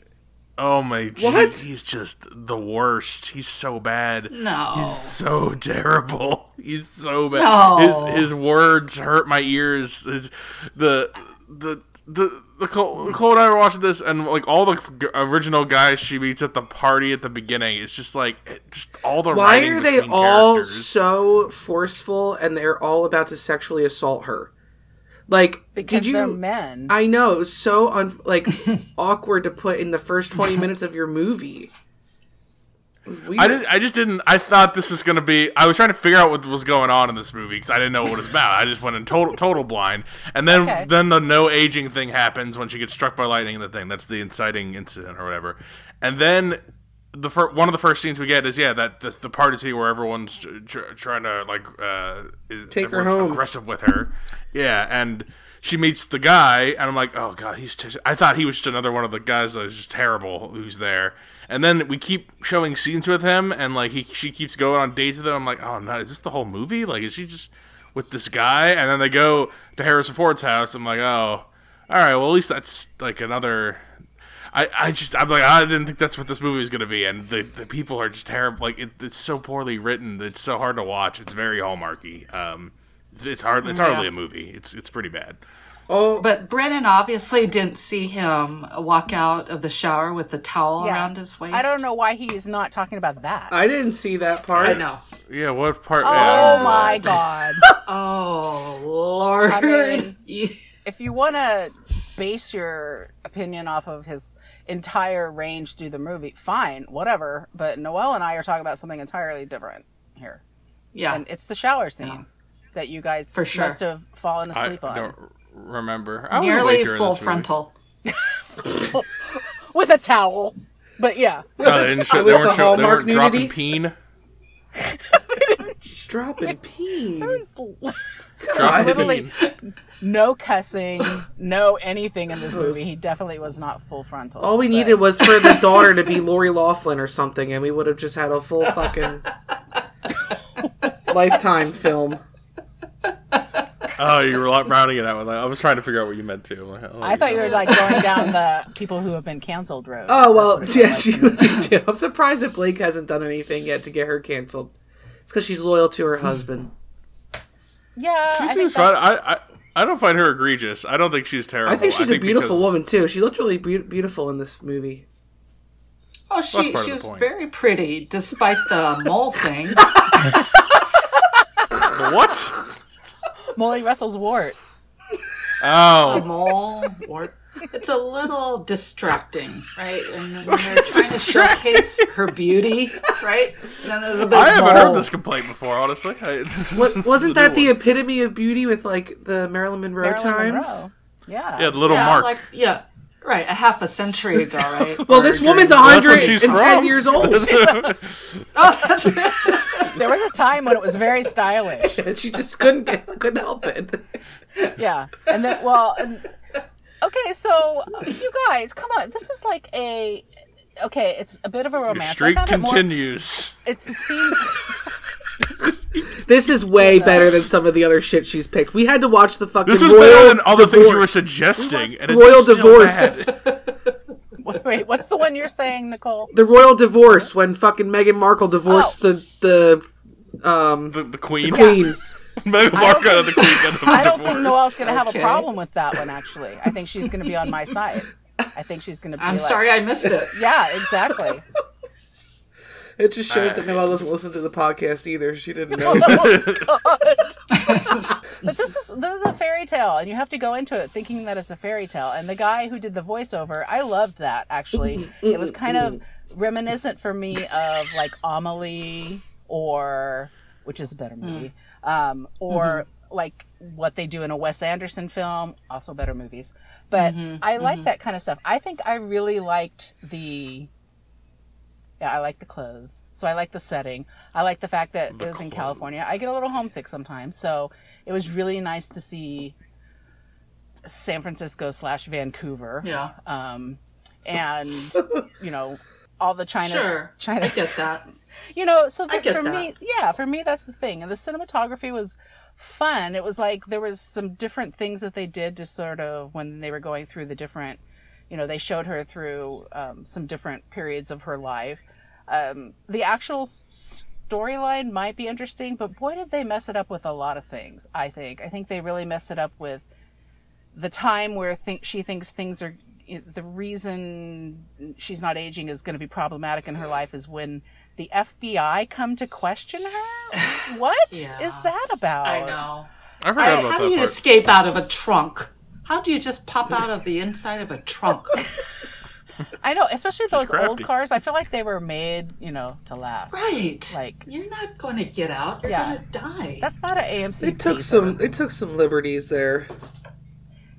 [SPEAKER 2] oh my
[SPEAKER 1] What?
[SPEAKER 2] what? he's just the worst. He's so bad.
[SPEAKER 3] No.
[SPEAKER 2] He's so terrible. He's so bad.
[SPEAKER 3] No.
[SPEAKER 2] His his words hurt my ears. His the the the Nicole, Nicole and I were watching this, and like all the g- original guys she meets at the party at the beginning, it's just like it- just all the
[SPEAKER 1] Why
[SPEAKER 2] writing
[SPEAKER 1] are they
[SPEAKER 2] between
[SPEAKER 1] all
[SPEAKER 2] characters.
[SPEAKER 1] so forceful and they're all about to sexually assault her? Like,
[SPEAKER 4] Because
[SPEAKER 1] did you?
[SPEAKER 4] they're men.
[SPEAKER 1] I know it was so un- like awkward to put in the first twenty minutes of your movie. It was weird.
[SPEAKER 2] I didn't. I just didn't. I thought this was gonna be. I was trying to figure out what was going on in this movie because I didn't know what it was about. I just went in total total blind, and then
[SPEAKER 4] Okay.
[SPEAKER 2] then the no aging thing happens when she gets struck by lightning. in The thing that's the inciting incident or whatever, and then the fir- one of the first scenes we get is yeah that the, the party scene where everyone's tr- tr- trying to like uh, is-
[SPEAKER 1] Take her
[SPEAKER 2] everyone's
[SPEAKER 1] home.
[SPEAKER 2] aggressive with her. Yeah, and she meets the guy, and I'm like, oh god, he's. Just, I thought he was just another one of the guys that was just terrible who's there. And then we keep showing scenes with him, and like he, she keeps going on dates with him. I'm like, oh no, is this the whole movie? Like, is she just with this guy? And then they go to Harrison Ford's house. I'm like, oh, all right. Well, at least that's like another. I, I just I'm like I didn't think that's what this movie was gonna be, and the, the people are just terrible. Like it, it's so poorly written, it's so hard to watch. It's very hallmarky. Um, it's, it's hard. It's hardly a movie. It's it's pretty bad.
[SPEAKER 1] Oh,
[SPEAKER 3] But Brennan obviously didn't see him walk out of the shower with the towel
[SPEAKER 4] Yeah.
[SPEAKER 3] around his waist.
[SPEAKER 4] I don't know why he's not talking about that.
[SPEAKER 1] I didn't see that part.
[SPEAKER 3] I know.
[SPEAKER 2] Yeah, what part?
[SPEAKER 4] oh my god.
[SPEAKER 3] Oh Lord.
[SPEAKER 4] mean-
[SPEAKER 3] You-
[SPEAKER 4] if you want to base your opinion off of his entire range through the movie, fine, whatever. But Noel and I are talking about something entirely different here,
[SPEAKER 3] Ah. yeah.
[SPEAKER 4] and it's the shower scene that you guys
[SPEAKER 3] For sure.
[SPEAKER 4] must have fallen
[SPEAKER 2] I
[SPEAKER 4] asleep on
[SPEAKER 2] don't remember. I was awake
[SPEAKER 3] Nearly
[SPEAKER 2] during
[SPEAKER 3] full
[SPEAKER 2] this movie.
[SPEAKER 3] frontal. Oh,
[SPEAKER 4] with a towel. But yeah,
[SPEAKER 2] No, Oh, they didn't show, they
[SPEAKER 1] Was
[SPEAKER 2] weren't,
[SPEAKER 1] the
[SPEAKER 2] show, they
[SPEAKER 1] Hallmark
[SPEAKER 2] weren't dropping
[SPEAKER 1] nudity?
[SPEAKER 2] peen.
[SPEAKER 1] Dropping peen.
[SPEAKER 4] Just-
[SPEAKER 2] Drop the
[SPEAKER 4] literally-
[SPEAKER 2] name.
[SPEAKER 4] No cussing, no anything in this
[SPEAKER 1] was-
[SPEAKER 4] movie. He definitely was not full frontal.
[SPEAKER 1] All we
[SPEAKER 4] but-
[SPEAKER 1] needed was for the daughter to be Lori Laughlin or something, and we would have just had a full fucking lifetime film.
[SPEAKER 2] Oh, you were rounding it out. with- I was trying to figure out what you meant to. I'm like, oh,
[SPEAKER 4] I thought you were like going down the people who have been canceled road.
[SPEAKER 1] Oh well, yeah, she would too. I'm surprised that Blake hasn't done anything yet to get her canceled. It's because she's loyal to her husband.
[SPEAKER 4] yeah,
[SPEAKER 2] She
[SPEAKER 4] I think
[SPEAKER 2] seems fine.
[SPEAKER 4] that's-
[SPEAKER 2] I, I I don't find her egregious. Oh, I don't think she's terrible.
[SPEAKER 1] I think she's a beautiful
[SPEAKER 2] because-
[SPEAKER 1] woman too. She looked really be- beautiful in this movie.
[SPEAKER 3] Oh, she,
[SPEAKER 2] part of
[SPEAKER 3] she
[SPEAKER 2] the
[SPEAKER 3] was
[SPEAKER 2] point.
[SPEAKER 3] very pretty despite the mole thing.
[SPEAKER 2] What?
[SPEAKER 4] Molly Russell's wart.
[SPEAKER 3] The
[SPEAKER 2] Oh,
[SPEAKER 3] mole, or it's a little distracting, right? And when they're trying to showcase her beauty, right? And then there's a big
[SPEAKER 2] I haven't
[SPEAKER 3] mole.
[SPEAKER 2] heard this complaint before. Honestly, I, this is-
[SPEAKER 1] What,
[SPEAKER 2] this is
[SPEAKER 1] wasn't
[SPEAKER 2] a new
[SPEAKER 1] that the
[SPEAKER 2] one.
[SPEAKER 1] epitome of beauty with like the Marilyn Monroe
[SPEAKER 4] Marilyn
[SPEAKER 1] times?
[SPEAKER 4] Monroe. Yeah.
[SPEAKER 2] yeah, the little
[SPEAKER 3] yeah,
[SPEAKER 2] mark?
[SPEAKER 3] like yeah, right, a half a century ago, right?
[SPEAKER 1] Well, this woman's
[SPEAKER 2] That's where she's
[SPEAKER 1] 110
[SPEAKER 2] from.
[SPEAKER 1] years old,
[SPEAKER 3] oh, that's right.
[SPEAKER 4] There was a time when it was very stylish.
[SPEAKER 1] and she just couldn't get, couldn't help it.
[SPEAKER 4] Yeah. And then, well, and- okay, so you guys, come on. This is like a. Okay, it's a bit of a
[SPEAKER 2] Your
[SPEAKER 4] romance.
[SPEAKER 2] streak
[SPEAKER 4] I found it more-
[SPEAKER 2] continues.
[SPEAKER 4] It seemed.
[SPEAKER 1] This is way better than some of the other shit she's picked. We had to watch the fucking.
[SPEAKER 2] This is
[SPEAKER 1] royal
[SPEAKER 2] better than all the things you were
[SPEAKER 1] Divorce.
[SPEAKER 2] suggesting. and it's
[SPEAKER 1] Royal
[SPEAKER 2] still
[SPEAKER 1] divorce.
[SPEAKER 2] bad.
[SPEAKER 4] Wait, what's the one you're saying, Nicole?
[SPEAKER 1] The royal divorce when fucking Meghan Markle divorced the
[SPEAKER 2] The, the queen.
[SPEAKER 1] the queen.
[SPEAKER 2] Meghan Markle and the queen. got the
[SPEAKER 4] I don't think
[SPEAKER 2] divorce.
[SPEAKER 4] Noelle's going to have
[SPEAKER 3] Okay.
[SPEAKER 4] a problem with that one, actually. I think she's going to be on my side. I think she's going to be
[SPEAKER 3] I'm
[SPEAKER 4] like,
[SPEAKER 3] sorry I missed it.
[SPEAKER 4] Yeah, exactly.
[SPEAKER 1] It just shows that Noelle doesn't listen to the podcast either. She didn't know.
[SPEAKER 4] But this is this is a fairy tale, and you have to go into it thinking that it's a fairy tale. And the guy who did the voiceover, I loved that actually. It was kind of reminiscent for me of like Amelie, or which is a better movie, um, or like what they do in a Wes Anderson film, also better movies. But I like that kind of stuff. I think I really liked the. Yeah, I like the clothes. So I like the setting. I like the fact that it was in California. I get a little homesick sometimes. So it was really nice to see San Francisco slash Vancouver.
[SPEAKER 3] Yeah,
[SPEAKER 4] Um, and, you know, all the China.
[SPEAKER 3] sure,
[SPEAKER 4] China.
[SPEAKER 3] I get that.
[SPEAKER 4] You know, so that,
[SPEAKER 3] get
[SPEAKER 4] for
[SPEAKER 3] that.
[SPEAKER 4] me, yeah, for me, that's the thing. And the cinematography was fun. It was like there was some different things that they did to sort of when they were going through the different, you know, they showed her through um, some different periods of her life. Um, the actual s- storyline might be interesting, but boy, did they mess it up with a lot of things. I think. I think they really messed it up with the time where think she thinks things are the reason she's not aging is going to be problematic in her life is when the FBI come to question her. What is
[SPEAKER 3] Yeah.
[SPEAKER 4] that about?
[SPEAKER 3] I know.
[SPEAKER 2] I forgot about that
[SPEAKER 3] how do you
[SPEAKER 2] part.
[SPEAKER 3] escape out of a trunk? How do you just pop out of the inside of a trunk?
[SPEAKER 4] I know, especially those old
[SPEAKER 2] crafty.
[SPEAKER 4] cars. I feel like they were made, you know, to last.
[SPEAKER 3] right.
[SPEAKER 4] Like-
[SPEAKER 3] you're not going to get out. You're
[SPEAKER 4] Yeah.
[SPEAKER 3] going to die.
[SPEAKER 4] That's not an AMC.
[SPEAKER 1] They took
[SPEAKER 4] piece.
[SPEAKER 1] some. They took some liberties there.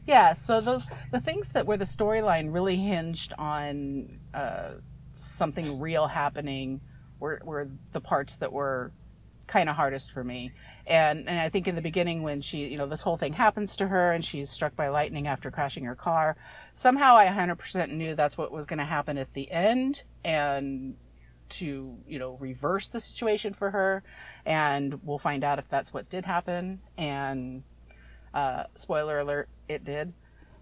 [SPEAKER 4] Yeah, so those the things that where the storyline really hinged on uh, something real happening were were the parts that were kind of hardest for me. And and I think in the beginning when she, you know, this whole thing happens to her and she's struck by lightning after crashing her car, somehow I 100% knew that's what was going to happen at the end and to, you know, reverse the situation for her and we'll find out if that's what did happen and uh, spoiler alert, it did.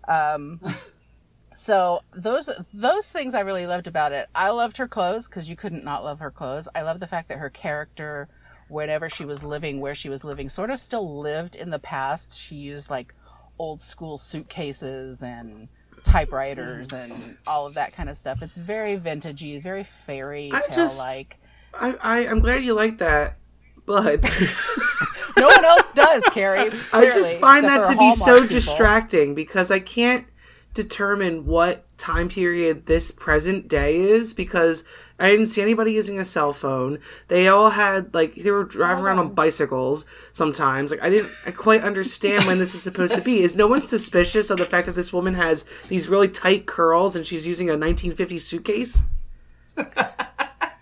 [SPEAKER 4] Um, so those those things I really loved about it. I loved her clothes because you couldn't not love her clothes. I loved the fact that her character, whenever she was living, where she was living, sort of still lived in the past. She used like old school suitcases and typewriters
[SPEAKER 1] Mm.
[SPEAKER 4] and all of that kind of stuff. It's very vintagey, very fairy
[SPEAKER 1] I
[SPEAKER 4] tale
[SPEAKER 1] just-
[SPEAKER 4] like.
[SPEAKER 1] I, I I'm glad you like that, but
[SPEAKER 4] No one else does, Carrie.
[SPEAKER 1] I
[SPEAKER 4] clearly,
[SPEAKER 1] just find
[SPEAKER 4] except for
[SPEAKER 1] that to be so
[SPEAKER 4] Hallmark people.
[SPEAKER 1] distracting because I can't determine what time period this present day is because I didn't see anybody using a cell phone. They all had like they were driving around on bicycles sometimes. Like I didn't I quite understand when this is supposed to be. Is no one suspicious of the fact that this woman has these really tight curls and she's using a 1950 suitcase?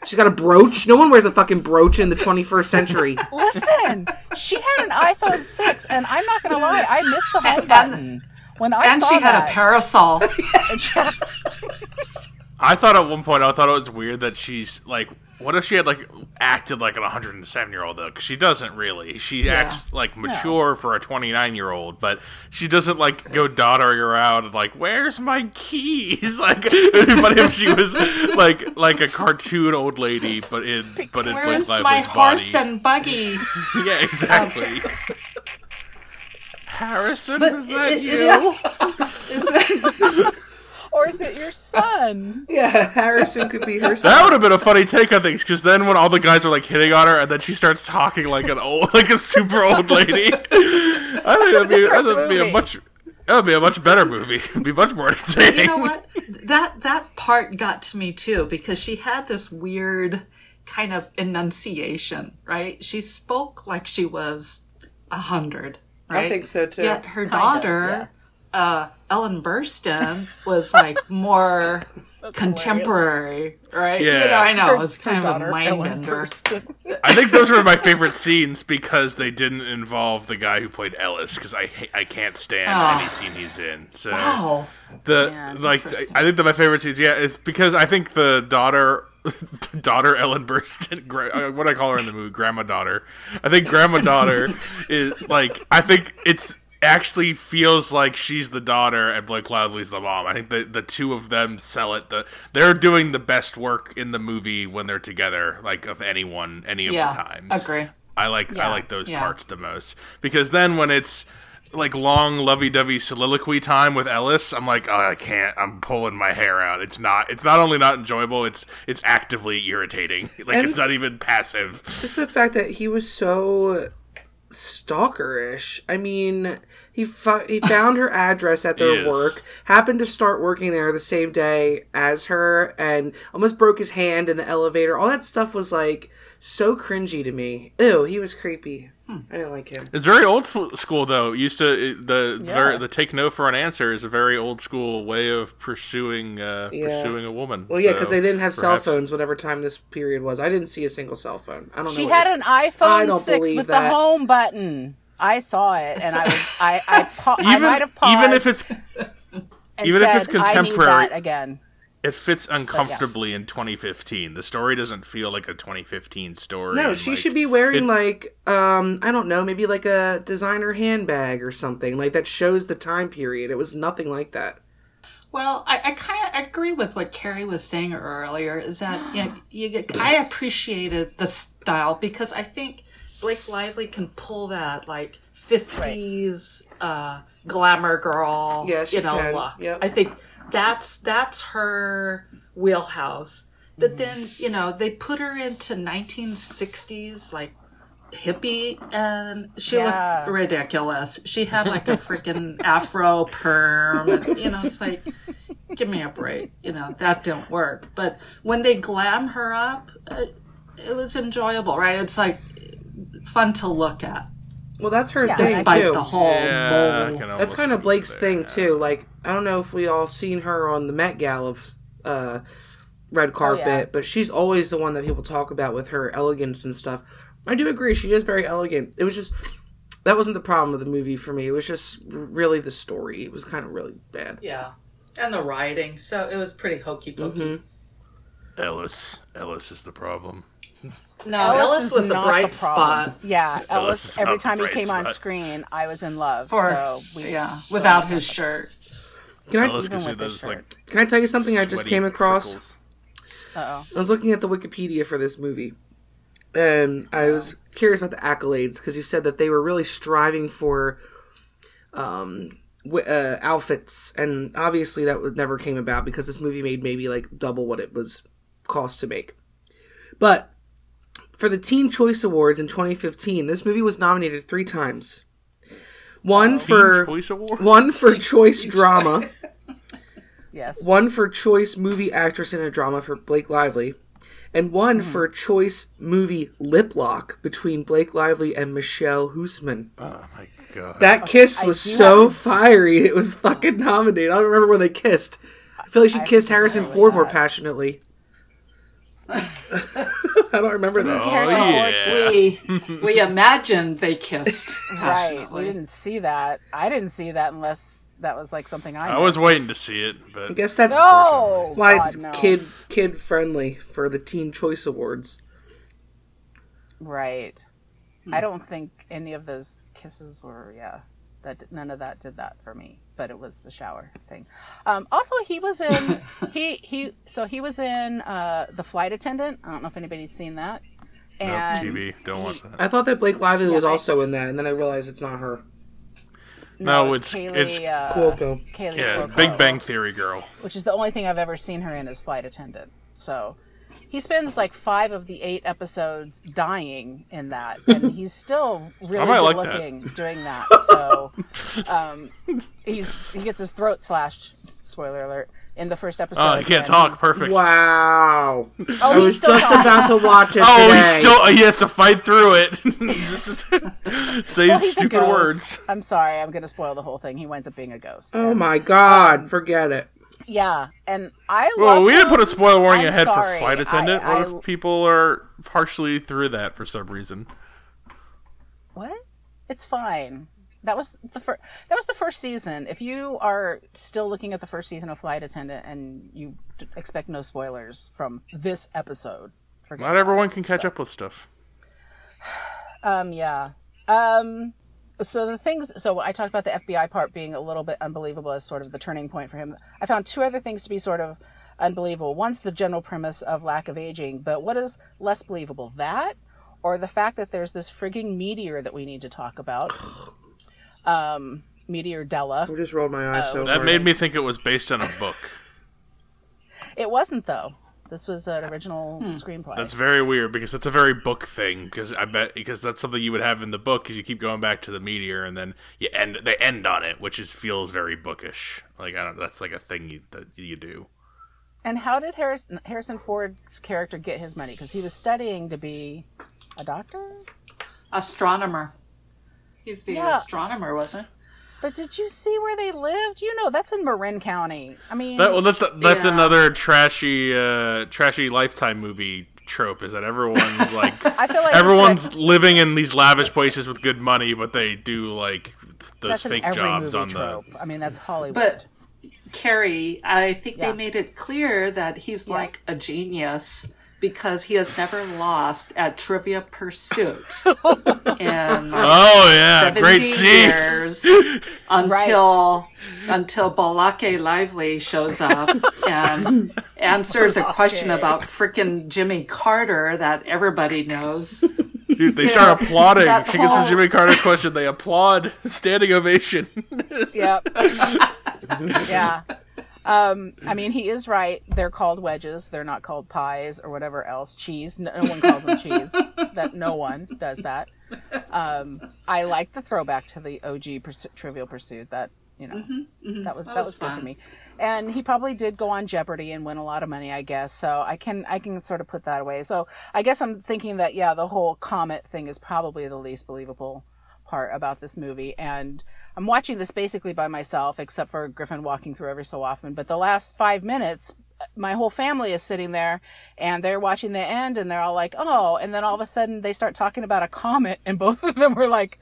[SPEAKER 1] She's got a brooch. No one wears a fucking brooch in the 21st century.
[SPEAKER 4] Listen, she had an iPhone six, and I'm not gonna lie, I missed the home
[SPEAKER 3] And-
[SPEAKER 4] button when I
[SPEAKER 3] and
[SPEAKER 4] saw
[SPEAKER 3] she had
[SPEAKER 4] that.
[SPEAKER 3] a parasol.
[SPEAKER 4] And she had-
[SPEAKER 2] I thought at one point I thought it was weird that she's like, what if she had like acted like an 107 year old though? Because she doesn't really. She acts like mature for a 29 year old, but she doesn't like go doddering around and like, where's my keys? Like, it'd be funny if she was like like a cartoon old lady, but in but in Blake
[SPEAKER 3] Where's my
[SPEAKER 2] Lively's
[SPEAKER 3] horse
[SPEAKER 2] body.
[SPEAKER 3] and buggy?
[SPEAKER 2] yeah, exactly. Harrison,
[SPEAKER 3] But
[SPEAKER 2] was that
[SPEAKER 3] it- it-
[SPEAKER 2] you?
[SPEAKER 3] it is- it's-
[SPEAKER 4] or is it your son?
[SPEAKER 1] Yeah, Harrison could be her
[SPEAKER 2] That
[SPEAKER 1] son.
[SPEAKER 2] would have been a funny take on things, because then when all the guys are like hitting on her, and then she starts talking like an old, like a super old lady. I think that'd be,
[SPEAKER 4] different
[SPEAKER 2] that'd be a
[SPEAKER 4] movie.
[SPEAKER 2] much, that'd be a much better movie. It'd be much more entertaining.
[SPEAKER 3] you know what? That that part got to me too because she had this weird kind of enunciation, right? She spoke like she was a hundred. Right?
[SPEAKER 1] I think so too.
[SPEAKER 3] Yet her daughter, uh, Ellen Burstyn, was like more contemporary, right? You know,
[SPEAKER 2] Yeah.
[SPEAKER 3] I know it's
[SPEAKER 4] Her
[SPEAKER 3] kind of
[SPEAKER 4] daughter,
[SPEAKER 3] a mind
[SPEAKER 4] Ellen
[SPEAKER 3] bender.
[SPEAKER 4] Burstyn.
[SPEAKER 2] I think those were my favorite scenes because they didn't involve the guy who played Ellis, because I ha- I can't stand
[SPEAKER 3] Ah.
[SPEAKER 2] any scene he's in. So.
[SPEAKER 3] Wow.
[SPEAKER 2] the
[SPEAKER 4] Yeah,
[SPEAKER 2] like
[SPEAKER 3] interesting.
[SPEAKER 2] I think that my favorite scenes yeah is because I think the daughter daughter Ellen Burstyn gra- uh, what do I call her in the movie grandma daughter I think grandma daughter is like I think it's actually feels like she's the daughter and Blake Lively's the mom I think the the two of them sell it the they're doing the best work in the movie when they're together like of anyone any of
[SPEAKER 3] Yeah,
[SPEAKER 2] the times
[SPEAKER 3] agree.
[SPEAKER 2] I like I
[SPEAKER 4] Yeah,
[SPEAKER 2] like those
[SPEAKER 3] yeah.
[SPEAKER 2] parts the most because then when it's like long lovey-dovey soliloquy time with Ellis, I'm like, oh, I can't. I'm pulling my hair out. It's not. It's not only not enjoyable. It's it's actively irritating. Like
[SPEAKER 1] And-
[SPEAKER 2] it's not even passive.
[SPEAKER 1] Just the fact that he was so stalkerish. I mean, he fu- he found her address at their
[SPEAKER 2] Yes.
[SPEAKER 1] work, happened to start working there the same day as her, and almost broke his hand in the elevator. All that stuff was like so cringy to me. Ew, he was creepy. I didn't like him.
[SPEAKER 2] It's very old s- school though. It Used to it- the
[SPEAKER 4] Yeah.
[SPEAKER 2] ver- the take no for an answer is a very old school way of pursuing uh,
[SPEAKER 1] Yeah.
[SPEAKER 2] pursuing a woman.
[SPEAKER 1] Well, yeah, because they didn't have cell
[SPEAKER 2] perhaps-
[SPEAKER 1] phones whatever time this period was. I didn't see a single cell phone. I don't know.
[SPEAKER 4] She
[SPEAKER 1] what
[SPEAKER 4] had
[SPEAKER 1] it-
[SPEAKER 4] an
[SPEAKER 1] I
[SPEAKER 4] iPhone
[SPEAKER 1] don't
[SPEAKER 4] six
[SPEAKER 1] believe
[SPEAKER 4] with the
[SPEAKER 1] that.
[SPEAKER 4] home button. I saw it, and I was I I, pa- I might have paused.
[SPEAKER 2] even if it's
[SPEAKER 4] and
[SPEAKER 2] even if
[SPEAKER 4] said,
[SPEAKER 2] it's
[SPEAKER 4] I
[SPEAKER 2] contemporary-
[SPEAKER 4] need that again.
[SPEAKER 2] It fits uncomfortably in 2015. The story doesn't feel like a 2015 story.
[SPEAKER 1] No,
[SPEAKER 2] and,
[SPEAKER 1] she
[SPEAKER 2] like,
[SPEAKER 1] should be wearing like um I don't know, maybe like a designer handbag or something like that shows the time period. It was nothing like that.
[SPEAKER 3] Well, I, I kind of agree with what Carrie was saying earlier. Is that you, know, you get, I appreciated the style because I think Blake Lively can pull that like fifties uh, glamour girl,
[SPEAKER 1] Yeah, she
[SPEAKER 3] you know,
[SPEAKER 1] can.
[SPEAKER 3] look.
[SPEAKER 1] Yep.
[SPEAKER 3] I think that's that's her wheelhouse.
[SPEAKER 1] Mm-hmm.
[SPEAKER 3] But then you know they put her into nineteen sixties like hippie and she
[SPEAKER 4] Yeah.
[SPEAKER 3] looked ridiculous. She had like a freaking afro perm and you know it's like give me a break. You know, that didn't work. But when they glam her up, it, it was enjoyable, right? It's like fun to look at
[SPEAKER 1] Well, that's her thing
[SPEAKER 3] despite
[SPEAKER 1] too.
[SPEAKER 3] the whole
[SPEAKER 2] Yeah, I
[SPEAKER 3] mole.
[SPEAKER 2] can
[SPEAKER 1] that's
[SPEAKER 2] almost
[SPEAKER 1] kind of
[SPEAKER 2] see
[SPEAKER 1] Blake's
[SPEAKER 2] that.
[SPEAKER 1] thing too. Like I don't know if we all seen her on the Met Gala uh,
[SPEAKER 3] Oh,
[SPEAKER 1] red carpet, but she's always the one that people talk about with her elegance and stuff. I do agree she is very elegant. It was just that wasn't the problem of the movie for me. It was just really the story. It was kind of really bad.
[SPEAKER 3] Yeah. And the writing. So it was pretty hokey pokey.
[SPEAKER 2] Ellis. Ellis is the problem.
[SPEAKER 3] No,
[SPEAKER 4] Ellis,
[SPEAKER 3] Ellis,
[SPEAKER 4] is
[SPEAKER 3] was a
[SPEAKER 4] not the
[SPEAKER 3] bright
[SPEAKER 4] problem.
[SPEAKER 3] spot.
[SPEAKER 4] Yeah, Ellis.
[SPEAKER 2] is
[SPEAKER 4] every
[SPEAKER 2] not the
[SPEAKER 4] time he
[SPEAKER 2] bright
[SPEAKER 4] came on
[SPEAKER 2] spot.
[SPEAKER 4] screen, I was in love.
[SPEAKER 3] For,
[SPEAKER 4] so we,
[SPEAKER 3] yeah, without his shirt.
[SPEAKER 1] Can I
[SPEAKER 2] Ellis gives you
[SPEAKER 4] with his
[SPEAKER 2] those like.
[SPEAKER 1] can I tell you something I just
[SPEAKER 2] sweaty
[SPEAKER 1] came across?
[SPEAKER 2] prickles.
[SPEAKER 4] Uh-oh.
[SPEAKER 1] I was looking at the Wikipedia for this movie, and I was curious about the accolades because you said that they were really striving for um, w- uh, outfits, and obviously that would never came about because this movie made maybe like double what it was cost to make. But for the Teen Choice Awards in 2015, this movie was nominated three times. One for
[SPEAKER 2] Teen Choice Award.
[SPEAKER 1] one for choice drama.
[SPEAKER 4] Yes.
[SPEAKER 1] one for choice movie actress in a drama for Blake Lively, and one
[SPEAKER 4] Mm-hmm.
[SPEAKER 1] for choice movie lip lock between Blake Lively and Michelle Hoosman.
[SPEAKER 2] Oh my god.
[SPEAKER 1] That kiss was
[SPEAKER 4] Uh, do
[SPEAKER 1] so
[SPEAKER 4] have-
[SPEAKER 1] fiery; it was fucking nominated. I don't remember when they kissed. I feel like she kissed Harrison Ford more passionately. I don't remember that.
[SPEAKER 2] Oh,
[SPEAKER 4] Harrison Ford.
[SPEAKER 2] yeah.
[SPEAKER 3] We we imagined they kissed.
[SPEAKER 4] Right.
[SPEAKER 3] passionately.
[SPEAKER 4] We didn't see that. I didn't see that unless that was like something I.
[SPEAKER 2] I was
[SPEAKER 4] missed.
[SPEAKER 2] waiting to see it,
[SPEAKER 1] I
[SPEAKER 2] but
[SPEAKER 1] guess that's
[SPEAKER 4] No.
[SPEAKER 1] why
[SPEAKER 4] Oh, God,
[SPEAKER 1] it's
[SPEAKER 4] no.
[SPEAKER 1] kid kid friendly for the Teen Choice Awards.
[SPEAKER 4] Right.
[SPEAKER 1] Hmm.
[SPEAKER 4] I don't think any of those kisses were. Yeah. That none of that did that for me. But it was the shower thing. Um, also, he was in. he he. So he was in uh, the flight attendant. I don't know if anybody's seen that.
[SPEAKER 2] no,
[SPEAKER 4] And
[SPEAKER 2] TV. Don't watch that.
[SPEAKER 1] I thought that Blake Lively was
[SPEAKER 4] I-
[SPEAKER 1] also in that, and then I realized it's not her.
[SPEAKER 2] No,
[SPEAKER 4] it's
[SPEAKER 2] Oh, it's
[SPEAKER 4] Kaylee,
[SPEAKER 2] it's
[SPEAKER 4] uh,
[SPEAKER 1] Cuoco.
[SPEAKER 4] Kaylee
[SPEAKER 2] yeah,
[SPEAKER 4] Cuoco.
[SPEAKER 2] Big Bang Theory girl.
[SPEAKER 4] which is the only thing I've ever seen her in as flight attendant. So he spends like five of the eight episodes dying in that, and he's still really
[SPEAKER 2] might like
[SPEAKER 4] good
[SPEAKER 2] that.
[SPEAKER 4] looking doing that. So um, he's he gets his throat slashed. Spoiler alert. In the first episode,
[SPEAKER 2] Oh, you can't
[SPEAKER 4] and
[SPEAKER 2] talk.
[SPEAKER 4] he's-
[SPEAKER 2] Perfect.
[SPEAKER 1] Wow! I
[SPEAKER 4] he's
[SPEAKER 1] was
[SPEAKER 4] Oh, still
[SPEAKER 1] just
[SPEAKER 4] talking.
[SPEAKER 1] about to watch it.
[SPEAKER 2] Oh,
[SPEAKER 1] today.
[SPEAKER 2] he's still he has to fight through it. Just say
[SPEAKER 4] Well, he's a
[SPEAKER 2] stupid
[SPEAKER 4] ghost.
[SPEAKER 2] words.
[SPEAKER 4] I'm sorry, I'm gonna spoil the whole thing. He winds up being a ghost.
[SPEAKER 1] Oh my God!
[SPEAKER 4] Um,
[SPEAKER 1] Forget it.
[SPEAKER 4] Yeah, and I.
[SPEAKER 2] Well,
[SPEAKER 4] love
[SPEAKER 2] we didn't
[SPEAKER 4] him.
[SPEAKER 2] put a spoiler warning
[SPEAKER 4] I'm
[SPEAKER 2] ahead
[SPEAKER 4] sorry.
[SPEAKER 2] for flight attendant.
[SPEAKER 4] I-
[SPEAKER 2] what
[SPEAKER 4] I-
[SPEAKER 2] if people are partially through that for some reason?
[SPEAKER 4] what? It's fine. That was the first. That was the first season. If you are still looking at the first season of Flight Attendant and you d- expect no spoilers from this episode, forget.
[SPEAKER 2] Not everyone can catch up with stuff.
[SPEAKER 4] Um, yeah. Um, so the things. So I talked about the FBI part being a little bit unbelievable as sort of the turning point for him. I found two other things to be sort of unbelievable. One's the general premise of lack of aging, but what is less believable, that or the fact that there's this frigging meteor that we need to talk about? Um, meteor Della.
[SPEAKER 1] I just rolled my eyes
[SPEAKER 4] Oh.
[SPEAKER 1] so
[SPEAKER 2] That
[SPEAKER 1] hard.
[SPEAKER 2] made me think it was based on a book.
[SPEAKER 4] It wasn't though. This was an original screenplay.
[SPEAKER 2] That's very weird because it's a very book thing. Because I bet because that's something you would have in the book because you keep going back to the meteor and then you end they end on it, which is feels very bookish. Like I don't that's like a thing you, that you do.
[SPEAKER 4] and how did Harrison Harrison Ford's character get his money? Because he was studying to be a doctor.
[SPEAKER 3] Astronomer. He's the
[SPEAKER 4] Yeah.
[SPEAKER 3] astronomer, wasn't
[SPEAKER 4] But did you see where they lived? You know, that's in Marin County. I mean,
[SPEAKER 2] That, well, that's that's
[SPEAKER 3] Yeah.
[SPEAKER 2] another trashy, uh, trashy lifetime movie trope. Is that everyone's like
[SPEAKER 4] I feel like it's
[SPEAKER 2] everyone's
[SPEAKER 4] like-
[SPEAKER 2] living in these lavish places with good money, but they do like those
[SPEAKER 4] that's in
[SPEAKER 2] fake
[SPEAKER 4] every
[SPEAKER 2] jobs
[SPEAKER 4] movie
[SPEAKER 2] on
[SPEAKER 4] trope. I mean, that's Hollywood.
[SPEAKER 3] But Carrie, I think
[SPEAKER 4] Yeah.
[SPEAKER 3] they made it clear that he's like a genius because he has never lost at Trivia Pursuit. and
[SPEAKER 2] the. Oh yeah, great
[SPEAKER 3] 70
[SPEAKER 2] scene.
[SPEAKER 3] years until until Balake Lively shows up and answers a question about frickin' Jimmy Carter that everybody knows.
[SPEAKER 2] Dude, they start applauding.
[SPEAKER 3] that
[SPEAKER 2] She gets the
[SPEAKER 3] whole-
[SPEAKER 2] Jimmy Carter question. They applaud, standing ovation.
[SPEAKER 4] yep. yeah. Um, I mean, he is right. They're called wedges. They're not called pies or whatever else. Cheese. No, no one calls them cheese. That no one does that. Um, I like the throwback to the OG pursu- Trivial Pursuit. That you know, Mm-hmm, that was that, was,
[SPEAKER 3] was
[SPEAKER 4] good for
[SPEAKER 3] fun.
[SPEAKER 4] me. And he probably did go on Jeopardy and win a lot of money, I guess. So I can I can sort of put that away. So I guess I'm thinking that yeah, the whole comet thing is probably the least believable part about this movie and I'm watching this basically by myself except for Griffin walking through every so often but the last 5 minutes my whole family is sitting there and they're watching the end and they're all like oh and then all of a sudden they start talking about a comet and both of them were like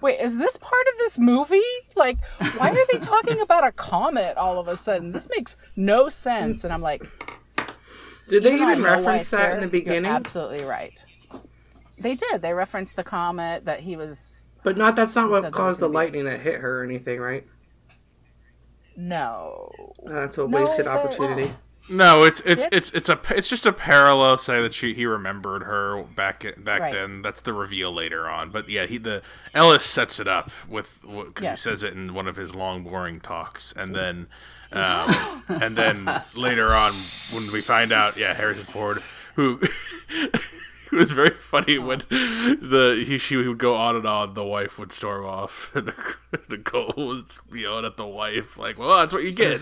[SPEAKER 4] wait is this part of this movie like why are they talking about a comet all of a sudden this makes no sense and I'm like
[SPEAKER 1] Did they
[SPEAKER 4] no, I
[SPEAKER 1] even
[SPEAKER 4] know why
[SPEAKER 1] reference
[SPEAKER 4] it's
[SPEAKER 1] that
[SPEAKER 4] there.
[SPEAKER 1] in the
[SPEAKER 4] You're
[SPEAKER 1] beginning?
[SPEAKER 4] absolutely right they did they referenced the comet that he was
[SPEAKER 1] but not. That's not
[SPEAKER 4] said
[SPEAKER 1] what
[SPEAKER 4] that was
[SPEAKER 1] caused the
[SPEAKER 4] gonna be-
[SPEAKER 1] lightning that hit her or anything, right?
[SPEAKER 4] no
[SPEAKER 1] That's a
[SPEAKER 4] No,
[SPEAKER 1] wasted
[SPEAKER 4] but-
[SPEAKER 1] opportunity.
[SPEAKER 2] No, it's it's
[SPEAKER 4] Dick?
[SPEAKER 2] it's it's a it's just a parallel say that she he remembered her back back
[SPEAKER 4] Right.
[SPEAKER 2] then. That's the reveal later on. But yeah, he the Ellis sets it up with because
[SPEAKER 4] Yes.
[SPEAKER 2] he says it in one of his long boring talks, and then um, and then later on when we find out, yeah, Harrison Ford who. It was very funny
[SPEAKER 4] Oh.
[SPEAKER 2] when the he she would go on and on. The wife would storm off, and Nicole was yelling at the wife like, "Well, that's what you get."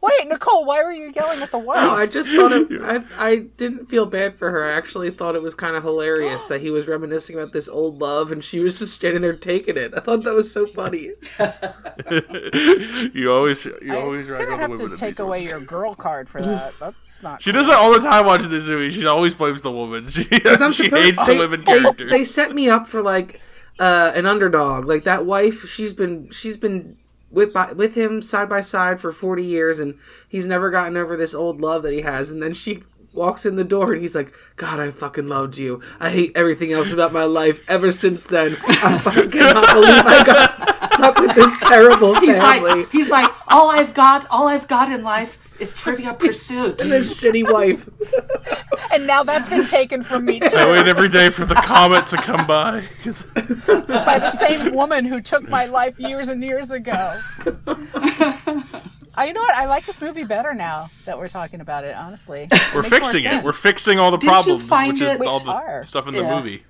[SPEAKER 4] Wait, Nicole, why were you yelling at the
[SPEAKER 1] No,
[SPEAKER 4] wall?
[SPEAKER 1] I just thought it. I, I didn't feel bad for her. I actually thought it was kind of hilarious that he was reminiscing about this old love, and she was just standing there taking it. I thought that was so funny.
[SPEAKER 2] you always, you
[SPEAKER 4] I'm
[SPEAKER 2] always ride
[SPEAKER 4] gonna
[SPEAKER 2] on the
[SPEAKER 4] have
[SPEAKER 2] women.
[SPEAKER 4] to
[SPEAKER 2] in
[SPEAKER 4] take
[SPEAKER 2] these
[SPEAKER 4] away
[SPEAKER 2] ones.
[SPEAKER 4] your girl card for that. That's not.
[SPEAKER 2] She does that all the time watching this movie. She always blames the woman. She,
[SPEAKER 1] I'm
[SPEAKER 2] she
[SPEAKER 1] supposed-
[SPEAKER 2] hates
[SPEAKER 1] they-
[SPEAKER 2] the women character.
[SPEAKER 1] They set me up for like uh, an underdog. Like that wife, she's been she's been with by, with him side by side for forty years, and he's never gotten over this old love that he has. And then she walks in the door, and he's like, "God, I fucking loved you. I hate everything else about my life ever since then. I fucking cannot believe I got stuck with this terrible
[SPEAKER 3] He's
[SPEAKER 1] family."
[SPEAKER 3] like, he's like, all I've got, all I've got in life is Trivia Pursuit.
[SPEAKER 1] this shitty wife.
[SPEAKER 4] And now that's been taken from me too
[SPEAKER 2] I wait every day for the comet to come by. 'Cause-
[SPEAKER 4] by the same woman who took my life years and years ago. I, you know what? I like this movie better now that we're talking about it. Honestly,
[SPEAKER 2] We're fixing it.
[SPEAKER 3] sense.
[SPEAKER 2] We're fixing all the
[SPEAKER 3] you
[SPEAKER 2] problems,
[SPEAKER 3] find
[SPEAKER 2] which is
[SPEAKER 3] it-
[SPEAKER 2] all
[SPEAKER 4] Which
[SPEAKER 2] the
[SPEAKER 4] are.
[SPEAKER 2] stuff in the
[SPEAKER 3] Yeah.
[SPEAKER 2] movie.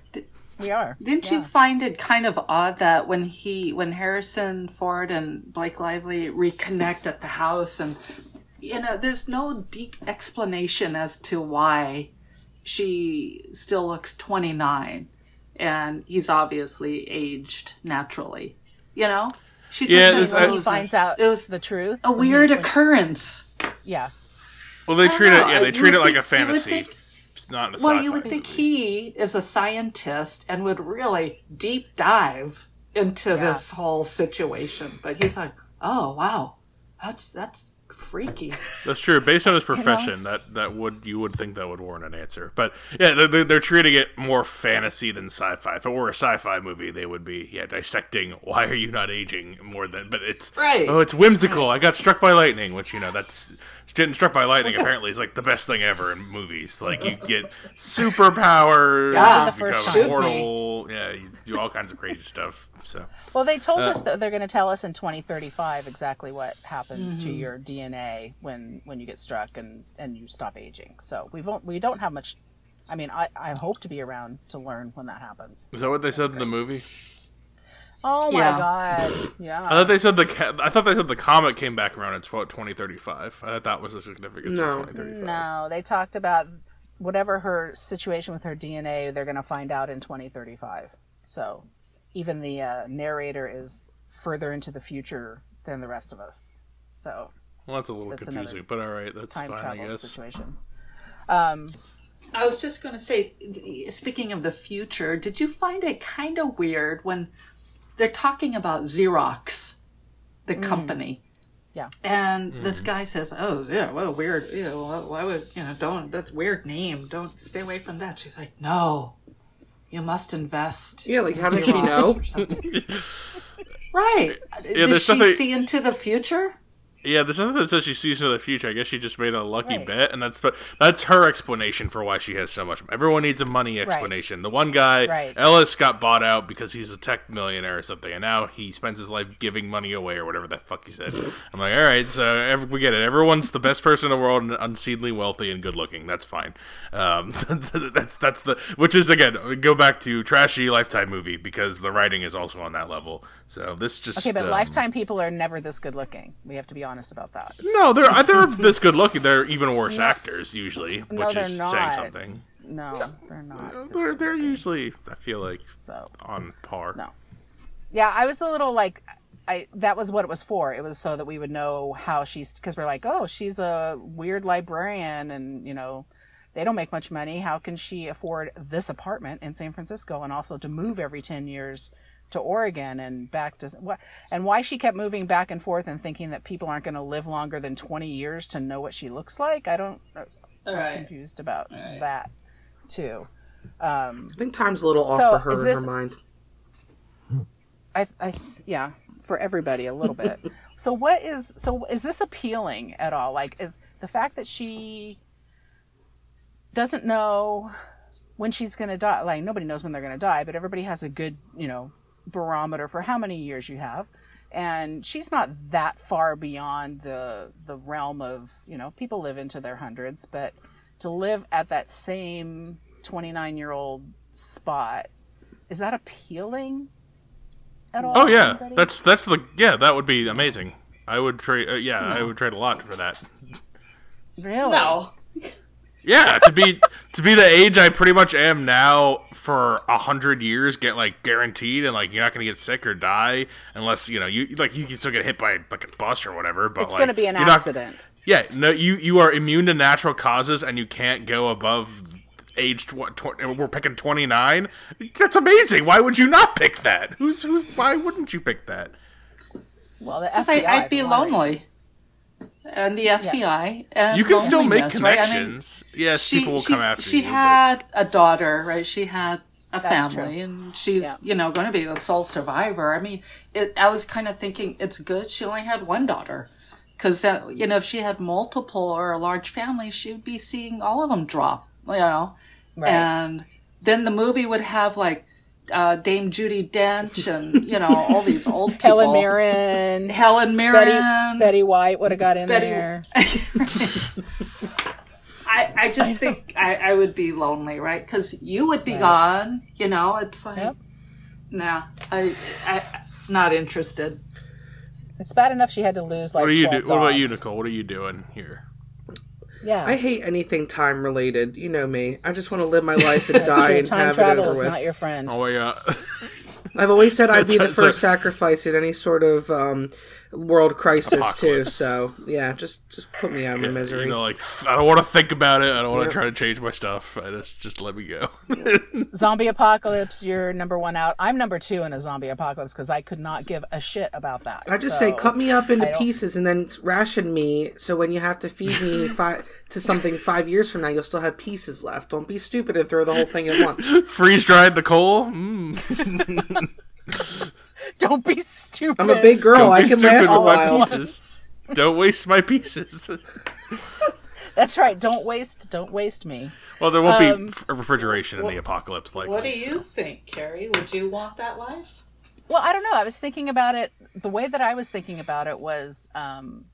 [SPEAKER 4] we are.
[SPEAKER 3] Didn't you find it kind of odd that when he, when Harrison Ford and Blake Lively reconnect at the house, and you know, there's no deep explanation as to why she still looks 29, and he's obviously aged naturally. You know, she just
[SPEAKER 2] Yeah,
[SPEAKER 3] kinda
[SPEAKER 2] this- I- Mm-hmm.
[SPEAKER 4] When he
[SPEAKER 3] goes,
[SPEAKER 4] finds out
[SPEAKER 3] it was
[SPEAKER 4] the truth.
[SPEAKER 3] a weird occurrence.
[SPEAKER 4] Yeah.
[SPEAKER 2] Well, they treat it.
[SPEAKER 3] know.
[SPEAKER 2] Yeah, they
[SPEAKER 3] You
[SPEAKER 2] treat
[SPEAKER 3] would
[SPEAKER 2] it like a
[SPEAKER 3] think- you would
[SPEAKER 2] fantasy.
[SPEAKER 3] think-
[SPEAKER 2] It's not in a
[SPEAKER 3] Well,
[SPEAKER 2] sci-fi
[SPEAKER 3] you would
[SPEAKER 2] movie.
[SPEAKER 3] think he is a scientist and would really deep dive into this whole situation, but he's like, "Oh wow, that's that's freaky."
[SPEAKER 2] That's true. Based on his profession, that that would you would think that would warrant an answer. But yeah, they're- they're, they're treating it more fantasy than sci-fi. If it were a sci-fi movie, they would be yeah dissecting why are you not aging more than. But it's
[SPEAKER 3] Right.
[SPEAKER 2] Oh, it's whimsical. I got struck by lightning, which you know that's getting struck by lightning apparently is like the best thing ever in movies. Like you get superpowers, you
[SPEAKER 3] Yeah.
[SPEAKER 4] The first
[SPEAKER 2] become
[SPEAKER 3] time.
[SPEAKER 2] immortal, yeah, you do all kinds of crazy stuff. So.
[SPEAKER 4] Well, they told
[SPEAKER 2] Uh,
[SPEAKER 4] us that they're going to tell us in 2035 exactly what happens to your DNA when when you get struck and and you stop aging. So we won't we don't have much. I mean, I, I hope to be around to learn when that happens.
[SPEAKER 2] Is that what they said in the movie?
[SPEAKER 4] Oh my
[SPEAKER 3] Yeah.
[SPEAKER 4] god!
[SPEAKER 2] I
[SPEAKER 4] Yeah.
[SPEAKER 2] thought they said the ca- I thought they said the comet came back around in twenty thirty five. I thought that was the significance
[SPEAKER 1] No.
[SPEAKER 2] of twenty thirty five.
[SPEAKER 4] No, they talked about whatever her situation with her DNA. They're going to find out in 2035. So even the uh, narrator is further into the future than the rest of us. So
[SPEAKER 2] Well, that's a little
[SPEAKER 4] That's another
[SPEAKER 2] confusing, but all right, that's
[SPEAKER 4] time
[SPEAKER 2] fine, I
[SPEAKER 4] travel
[SPEAKER 2] guess.
[SPEAKER 4] situation.
[SPEAKER 3] I was just going to say, speaking of the future, did you find it kind of weird when they're talking about Xerox, the company?
[SPEAKER 4] Yeah.
[SPEAKER 3] And this guy says, "Oh, yeah, what a weird. Ew, wh- why would you know? Don't that's a weird name. Don't stay away from that." She's like, "No, you must invest."
[SPEAKER 1] Yeah, like how
[SPEAKER 3] in
[SPEAKER 1] does she
[SPEAKER 3] Xerox
[SPEAKER 1] know?
[SPEAKER 3] or something." right? Does
[SPEAKER 2] there's
[SPEAKER 3] she
[SPEAKER 2] nothing-
[SPEAKER 3] see into the future?
[SPEAKER 2] Yeah, there's nothing that says she sees into the future. I guess she just made a lucky bet, and that's but that's her explanation for why she has so much. Everyone needs a money explanation. The one guy,
[SPEAKER 4] Right.
[SPEAKER 2] Ellis, got bought out because he's a tech millionaire or something, and now he spends his life giving money away or whatever the fuck he said. I'm like, all right, so ev we get it. Everyone's the best person in the world and unseemly wealthy and good looking. That's fine. Um, that's that's the which is again we go back to trashy Lifetime movie because the writing is also on that level. So this just
[SPEAKER 4] Okay, but
[SPEAKER 2] um,
[SPEAKER 4] lifetime people are never this good looking. We have to be honest about that.
[SPEAKER 2] No, they're uh, they're this good looking. They're even worse actors usually, which
[SPEAKER 4] they're
[SPEAKER 2] is saying
[SPEAKER 4] not.
[SPEAKER 2] something.
[SPEAKER 4] No, they're not.
[SPEAKER 2] They're, they're usually I feel like
[SPEAKER 4] So,
[SPEAKER 2] on par.
[SPEAKER 4] No. yeah, I was a little like, I that was what it was for. It was so that we would know how she's because we're like, oh, she's a weird librarian, and you know, they don't make much money. How can she afford this apartment in San Francisco and also to move every ten years? To Oregon and back to what and why she kept moving back and forth and thinking that people aren't going to live longer than twenty years to know what she looks like. I don't
[SPEAKER 3] All right.
[SPEAKER 4] confused about that too.
[SPEAKER 1] I think time's a little off
[SPEAKER 4] So,
[SPEAKER 1] for her
[SPEAKER 4] is
[SPEAKER 1] in
[SPEAKER 4] this-
[SPEAKER 1] her mind.
[SPEAKER 4] I, I yeah for everybody a little bit so what is so is this appealing at all like is the fact that she doesn't know when she's gonna die like nobody knows when they're gonna die but everybody has a good you know barometer for how many years you have and she's not that far beyond the the realm of you know people live into their hundreds but to live at that same 29 year old spot is that appealing at all
[SPEAKER 2] Oh yeah,
[SPEAKER 4] Anybody?
[SPEAKER 2] that's that's the yeah that would be amazing. I would trade. Uh, yeah, I
[SPEAKER 4] Hmm.
[SPEAKER 2] would trade a lot for that.
[SPEAKER 4] Really?
[SPEAKER 3] No.
[SPEAKER 2] Yeah, to be to be the age I pretty much am now for a hundred years, get like guaranteed, and like you're not gonna get sick or die unless you know you like you can still get hit by like a bus or whatever. But
[SPEAKER 4] It's
[SPEAKER 2] like,
[SPEAKER 4] going to be an
[SPEAKER 2] you're not-
[SPEAKER 4] accident.
[SPEAKER 2] yeah, no, you you are immune to natural causes, and you can't go above age tw- tw- We're picking twenty nine. That's amazing. Why would you not pick that? Who's who? Why wouldn't you pick that?
[SPEAKER 4] well, the
[SPEAKER 3] I,
[SPEAKER 4] FBI,
[SPEAKER 3] I'd be
[SPEAKER 4] for one reason.
[SPEAKER 3] lonely. And the FBI. And
[SPEAKER 2] You can still make
[SPEAKER 3] loneliness, right? I mean,
[SPEAKER 2] connections. yes,
[SPEAKER 3] she,
[SPEAKER 2] people will
[SPEAKER 3] she's-
[SPEAKER 2] come after
[SPEAKER 3] she
[SPEAKER 2] you. but-
[SPEAKER 3] had a daughter, right? She had a
[SPEAKER 4] That's
[SPEAKER 3] family,
[SPEAKER 4] true.
[SPEAKER 3] and she's
[SPEAKER 4] Yeah.
[SPEAKER 3] you know going to be the sole survivor. I mean, it, I was kind of thinking it's good she only had one daughter, because you know if she had multiple or a large family, she would be seeing all of them drop, you know,
[SPEAKER 4] Right.
[SPEAKER 3] and then the movie would have like uh, Dame Judy Dench and you know all these old people,
[SPEAKER 4] Helen Mirren,
[SPEAKER 3] Helen Mirren,
[SPEAKER 4] Betty, Betty White would have got in
[SPEAKER 3] Betty-
[SPEAKER 4] there.
[SPEAKER 3] I, I just think I, I would be lonely, right? Because you would be gone. You know, it's like,
[SPEAKER 4] Yep.
[SPEAKER 3] nah, I, I, not interested.
[SPEAKER 4] It's bad enough she had to lose like.
[SPEAKER 2] What are you
[SPEAKER 4] 12
[SPEAKER 2] do? What about you,
[SPEAKER 4] dogs.
[SPEAKER 2] Nicole? What are you doing here?
[SPEAKER 4] Yeah.
[SPEAKER 1] I hate anything time related. You know me. I just want to live my life and die
[SPEAKER 4] So
[SPEAKER 1] and
[SPEAKER 4] time
[SPEAKER 1] have it over
[SPEAKER 4] travel is
[SPEAKER 1] with.
[SPEAKER 4] not your friend.
[SPEAKER 2] Oh yeah,
[SPEAKER 1] I've always said I'd be the
[SPEAKER 2] That's- that's
[SPEAKER 1] first sacrifice in any sort of um, world crisis too.
[SPEAKER 2] Apocalypse.
[SPEAKER 1] So yeah, just just put me out of my misery.
[SPEAKER 2] you know, like I don't want to think about it. I don't want to try to change my stuff. I just just let me go.
[SPEAKER 4] Zombie apocalypse, you're number one out. I'm number two in a zombie apocalypse because I could not give a shit about that.
[SPEAKER 1] I just
[SPEAKER 4] So,
[SPEAKER 1] say cut me up into
[SPEAKER 4] don't-
[SPEAKER 1] pieces and then ration me. So when you have to feed me fi- to something five years from now, you'll still have pieces left. Don't be stupid and throw the whole thing at once.
[SPEAKER 2] Freeze dried the coal. Mm.
[SPEAKER 4] Don't be stupid.
[SPEAKER 1] I'm a big
[SPEAKER 3] Oh,
[SPEAKER 1] girl.
[SPEAKER 2] Don't
[SPEAKER 1] I
[SPEAKER 2] be
[SPEAKER 1] can
[SPEAKER 2] stupid
[SPEAKER 1] last a
[SPEAKER 2] with my
[SPEAKER 1] while.
[SPEAKER 2] pieces. Don't waste my pieces.
[SPEAKER 4] That's right. Don't waste. Don't waste me.
[SPEAKER 2] Well, there won't
[SPEAKER 4] Um,
[SPEAKER 2] be f- refrigeration in the apocalypse, likely.
[SPEAKER 3] What do you think, Carrie? Would you want that life?
[SPEAKER 4] Well, I don't know. I was thinking about it. The way that I was thinking about it was, um,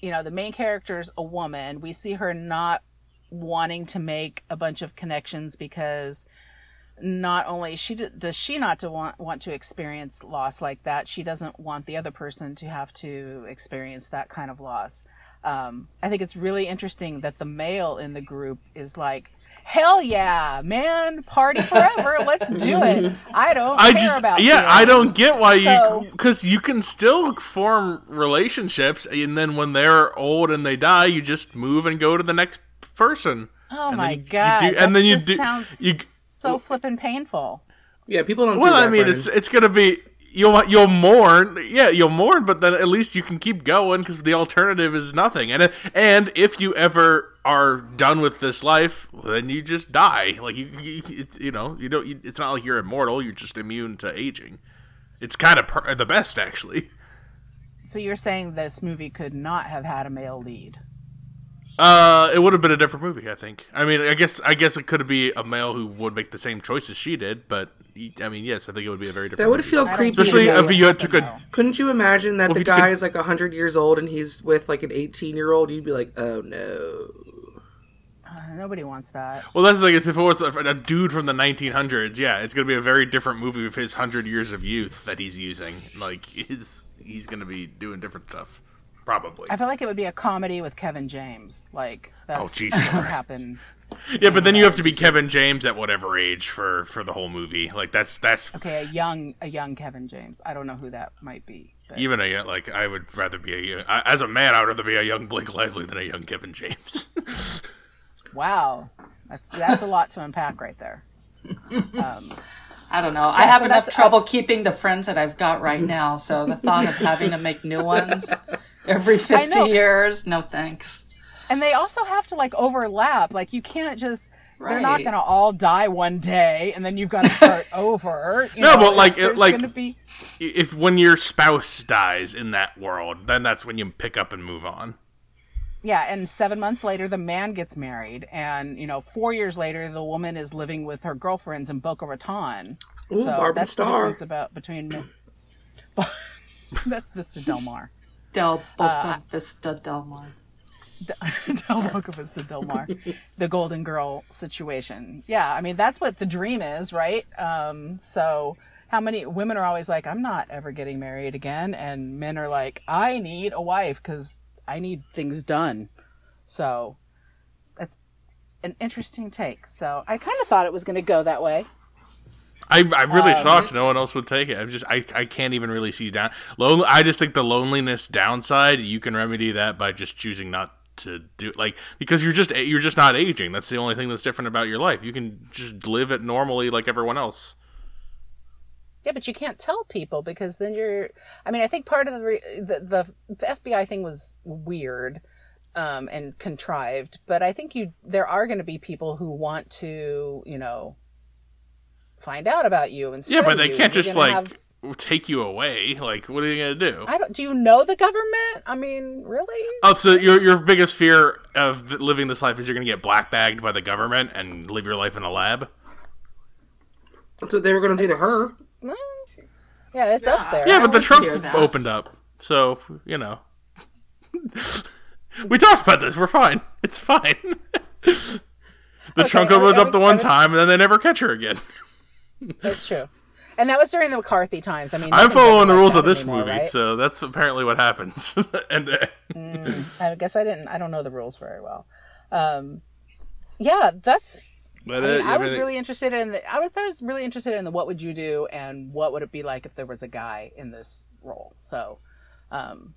[SPEAKER 4] you know, the main character's a woman. We see her not wanting to make a bunch of connections because not only she d- does she not to want want to experience loss like that, she doesn't want the other person to have to experience that kind of loss. Um, I think it's really interesting that the male in the group is like. Hell yeah, man! Party forever. Let's do it. I don't
[SPEAKER 2] I
[SPEAKER 4] care
[SPEAKER 2] just
[SPEAKER 4] about
[SPEAKER 2] yeah, I
[SPEAKER 4] feelings."
[SPEAKER 2] don't get why you
[SPEAKER 4] So-
[SPEAKER 2] because you can still form relationships, and then when they're old and they die, you just move and go to the next person.
[SPEAKER 4] Oh
[SPEAKER 2] And
[SPEAKER 4] my
[SPEAKER 2] then you- you
[SPEAKER 4] god!
[SPEAKER 2] do- and
[SPEAKER 4] that
[SPEAKER 2] then you
[SPEAKER 4] just
[SPEAKER 2] do-
[SPEAKER 4] sounds
[SPEAKER 2] you-
[SPEAKER 4] so flippin' painful.
[SPEAKER 1] Yeah, people don't.
[SPEAKER 2] Well,
[SPEAKER 1] do that,
[SPEAKER 2] I mean,
[SPEAKER 1] Brennan.
[SPEAKER 2] it's it's gonna be you'll you'll mourn, yeah, you'll mourn, but then at least you can keep going because the alternative is nothing. And and if you ever are done with this life, then you just die. Like you, you it's, you know, you don't. You, it's not like you're immortal. You're just immune to aging. It's kind of per- the best actually.
[SPEAKER 4] So you're saying this movie could not have had a male lead?
[SPEAKER 2] Uh, it would have been a different movie, I think. I mean, I guess I guess it could be a male who would make the same choice as she did, but I mean, yes, I think it would be a very different.
[SPEAKER 1] that would
[SPEAKER 2] movie.
[SPEAKER 1] feel creepy.
[SPEAKER 2] Especially
[SPEAKER 1] to me.
[SPEAKER 2] if you had took a-
[SPEAKER 1] Couldn't you imagine that the
[SPEAKER 2] if you could-
[SPEAKER 1] guy is like 100 years old and he's with like an 18 year old? You'd be like, oh no.
[SPEAKER 4] Uh, nobody wants that.
[SPEAKER 2] Well, that's the thing. Is if it was a, a dude from the 1900s, yeah, it's going to be a very different movie with his hundred years of youth that he's using. Like, he's he's going to be doing different stuff, probably.
[SPEAKER 4] I feel like it would be a comedy with Kevin James. Like that's
[SPEAKER 2] Oh, Jesus
[SPEAKER 4] what
[SPEAKER 2] Christ.
[SPEAKER 4] happened.
[SPEAKER 2] yeah, but then you have to be Kevin James at whatever age for for the whole movie. Like, that's that's
[SPEAKER 4] Okay, a young a young Kevin James. I don't know who that might be. But
[SPEAKER 2] even a like. I would rather be a I- as a man. I would rather be a young Blake Lively than a young Kevin James.
[SPEAKER 4] wow, that's that's a lot to unpack right there.
[SPEAKER 3] I don't know. I have
[SPEAKER 4] so
[SPEAKER 3] enough
[SPEAKER 4] that's- uh,
[SPEAKER 3] trouble keeping the friends that I've got right now. So the thought of having to make new ones every
[SPEAKER 4] know.
[SPEAKER 3] 50 years, no thanks.
[SPEAKER 4] And they also have to like overlap. Like you can't just. They're not
[SPEAKER 3] Right.
[SPEAKER 4] going to all die one day, and then you've got to start over. you
[SPEAKER 2] No,
[SPEAKER 4] know,
[SPEAKER 2] but, like,
[SPEAKER 4] it's-
[SPEAKER 2] it-
[SPEAKER 4] there's
[SPEAKER 2] like-
[SPEAKER 4] gonna be-
[SPEAKER 2] if when your spouse dies in that world, then that's when you pick up and move on.
[SPEAKER 4] Yeah, and seven months later, the man gets married, and you know, four years later, the woman is living with her girlfriends in Boca Raton.
[SPEAKER 1] Ooh, Barbara Starr.
[SPEAKER 4] It's about between. that's Vista Del Mar. Uh,
[SPEAKER 3] Del Boca Vista Del Mar.
[SPEAKER 4] Del Boca Vista Del Mar, the Golden Girl situation. Yeah, I mean that's what the dream is, right? Um, so how many women are always like, I'm not ever getting married again. And men are like, I need a wife because I need things done. So that's an interesting take. So I kind of thought it was going to go that way.
[SPEAKER 2] I, I'm really
[SPEAKER 4] Um,
[SPEAKER 2] shocked no one else would take it. I'm just I, I can't even really see down. Lon- I just think the loneliness downside you can remedy that by just choosing not to do like because you're just you're just not aging. That's the only thing that's different about your life. You can just live it normally like everyone else.
[SPEAKER 4] Yeah, but you can't tell people because then you're. I mean, I think part of the re- the, the, the FBI thing was weird um, and contrived, but I think you there are going to be people who want to, you know, find out about you and
[SPEAKER 2] Yeah, but
[SPEAKER 4] study
[SPEAKER 2] they
[SPEAKER 4] you.
[SPEAKER 2] can't
[SPEAKER 4] You're
[SPEAKER 2] just
[SPEAKER 4] gonna
[SPEAKER 2] like
[SPEAKER 4] have-
[SPEAKER 2] take you away. Like what are you gonna do?
[SPEAKER 4] I don't. Do you know the government? I mean, really?
[SPEAKER 2] Oh, so your your biggest fear of th- living this life is you're gonna get black bagged by the government and live your life in a lab.
[SPEAKER 1] That's what they were going to do to her.
[SPEAKER 4] Mm. Yeah, it's up there.
[SPEAKER 2] Yeah, but the Trump
[SPEAKER 1] scared of that.
[SPEAKER 2] opened up, so you know. we talked about this. We're fine. It's fine. the Trump
[SPEAKER 4] are we-
[SPEAKER 2] opens
[SPEAKER 4] are
[SPEAKER 2] up
[SPEAKER 4] we-
[SPEAKER 2] the
[SPEAKER 4] are
[SPEAKER 2] one
[SPEAKER 4] we-
[SPEAKER 2] time, and then they never catch her again.
[SPEAKER 4] that's true. And that was during the McCarthy times. I mean,
[SPEAKER 2] I'm
[SPEAKER 4] nothing's ever
[SPEAKER 2] following the
[SPEAKER 4] like
[SPEAKER 2] rules
[SPEAKER 4] that
[SPEAKER 2] of this
[SPEAKER 4] anymore,
[SPEAKER 2] movie,
[SPEAKER 4] right?
[SPEAKER 2] so that's apparently what happens. and uh,
[SPEAKER 4] I guess I didn't. I don't know the rules very well. Um, yeah, that's.
[SPEAKER 2] but,
[SPEAKER 4] I,
[SPEAKER 2] uh,
[SPEAKER 4] mean, I was
[SPEAKER 2] everything-
[SPEAKER 4] really interested in the. I was. I was really interested in the what would you do and what would it be like if there was a guy in this role. So, um,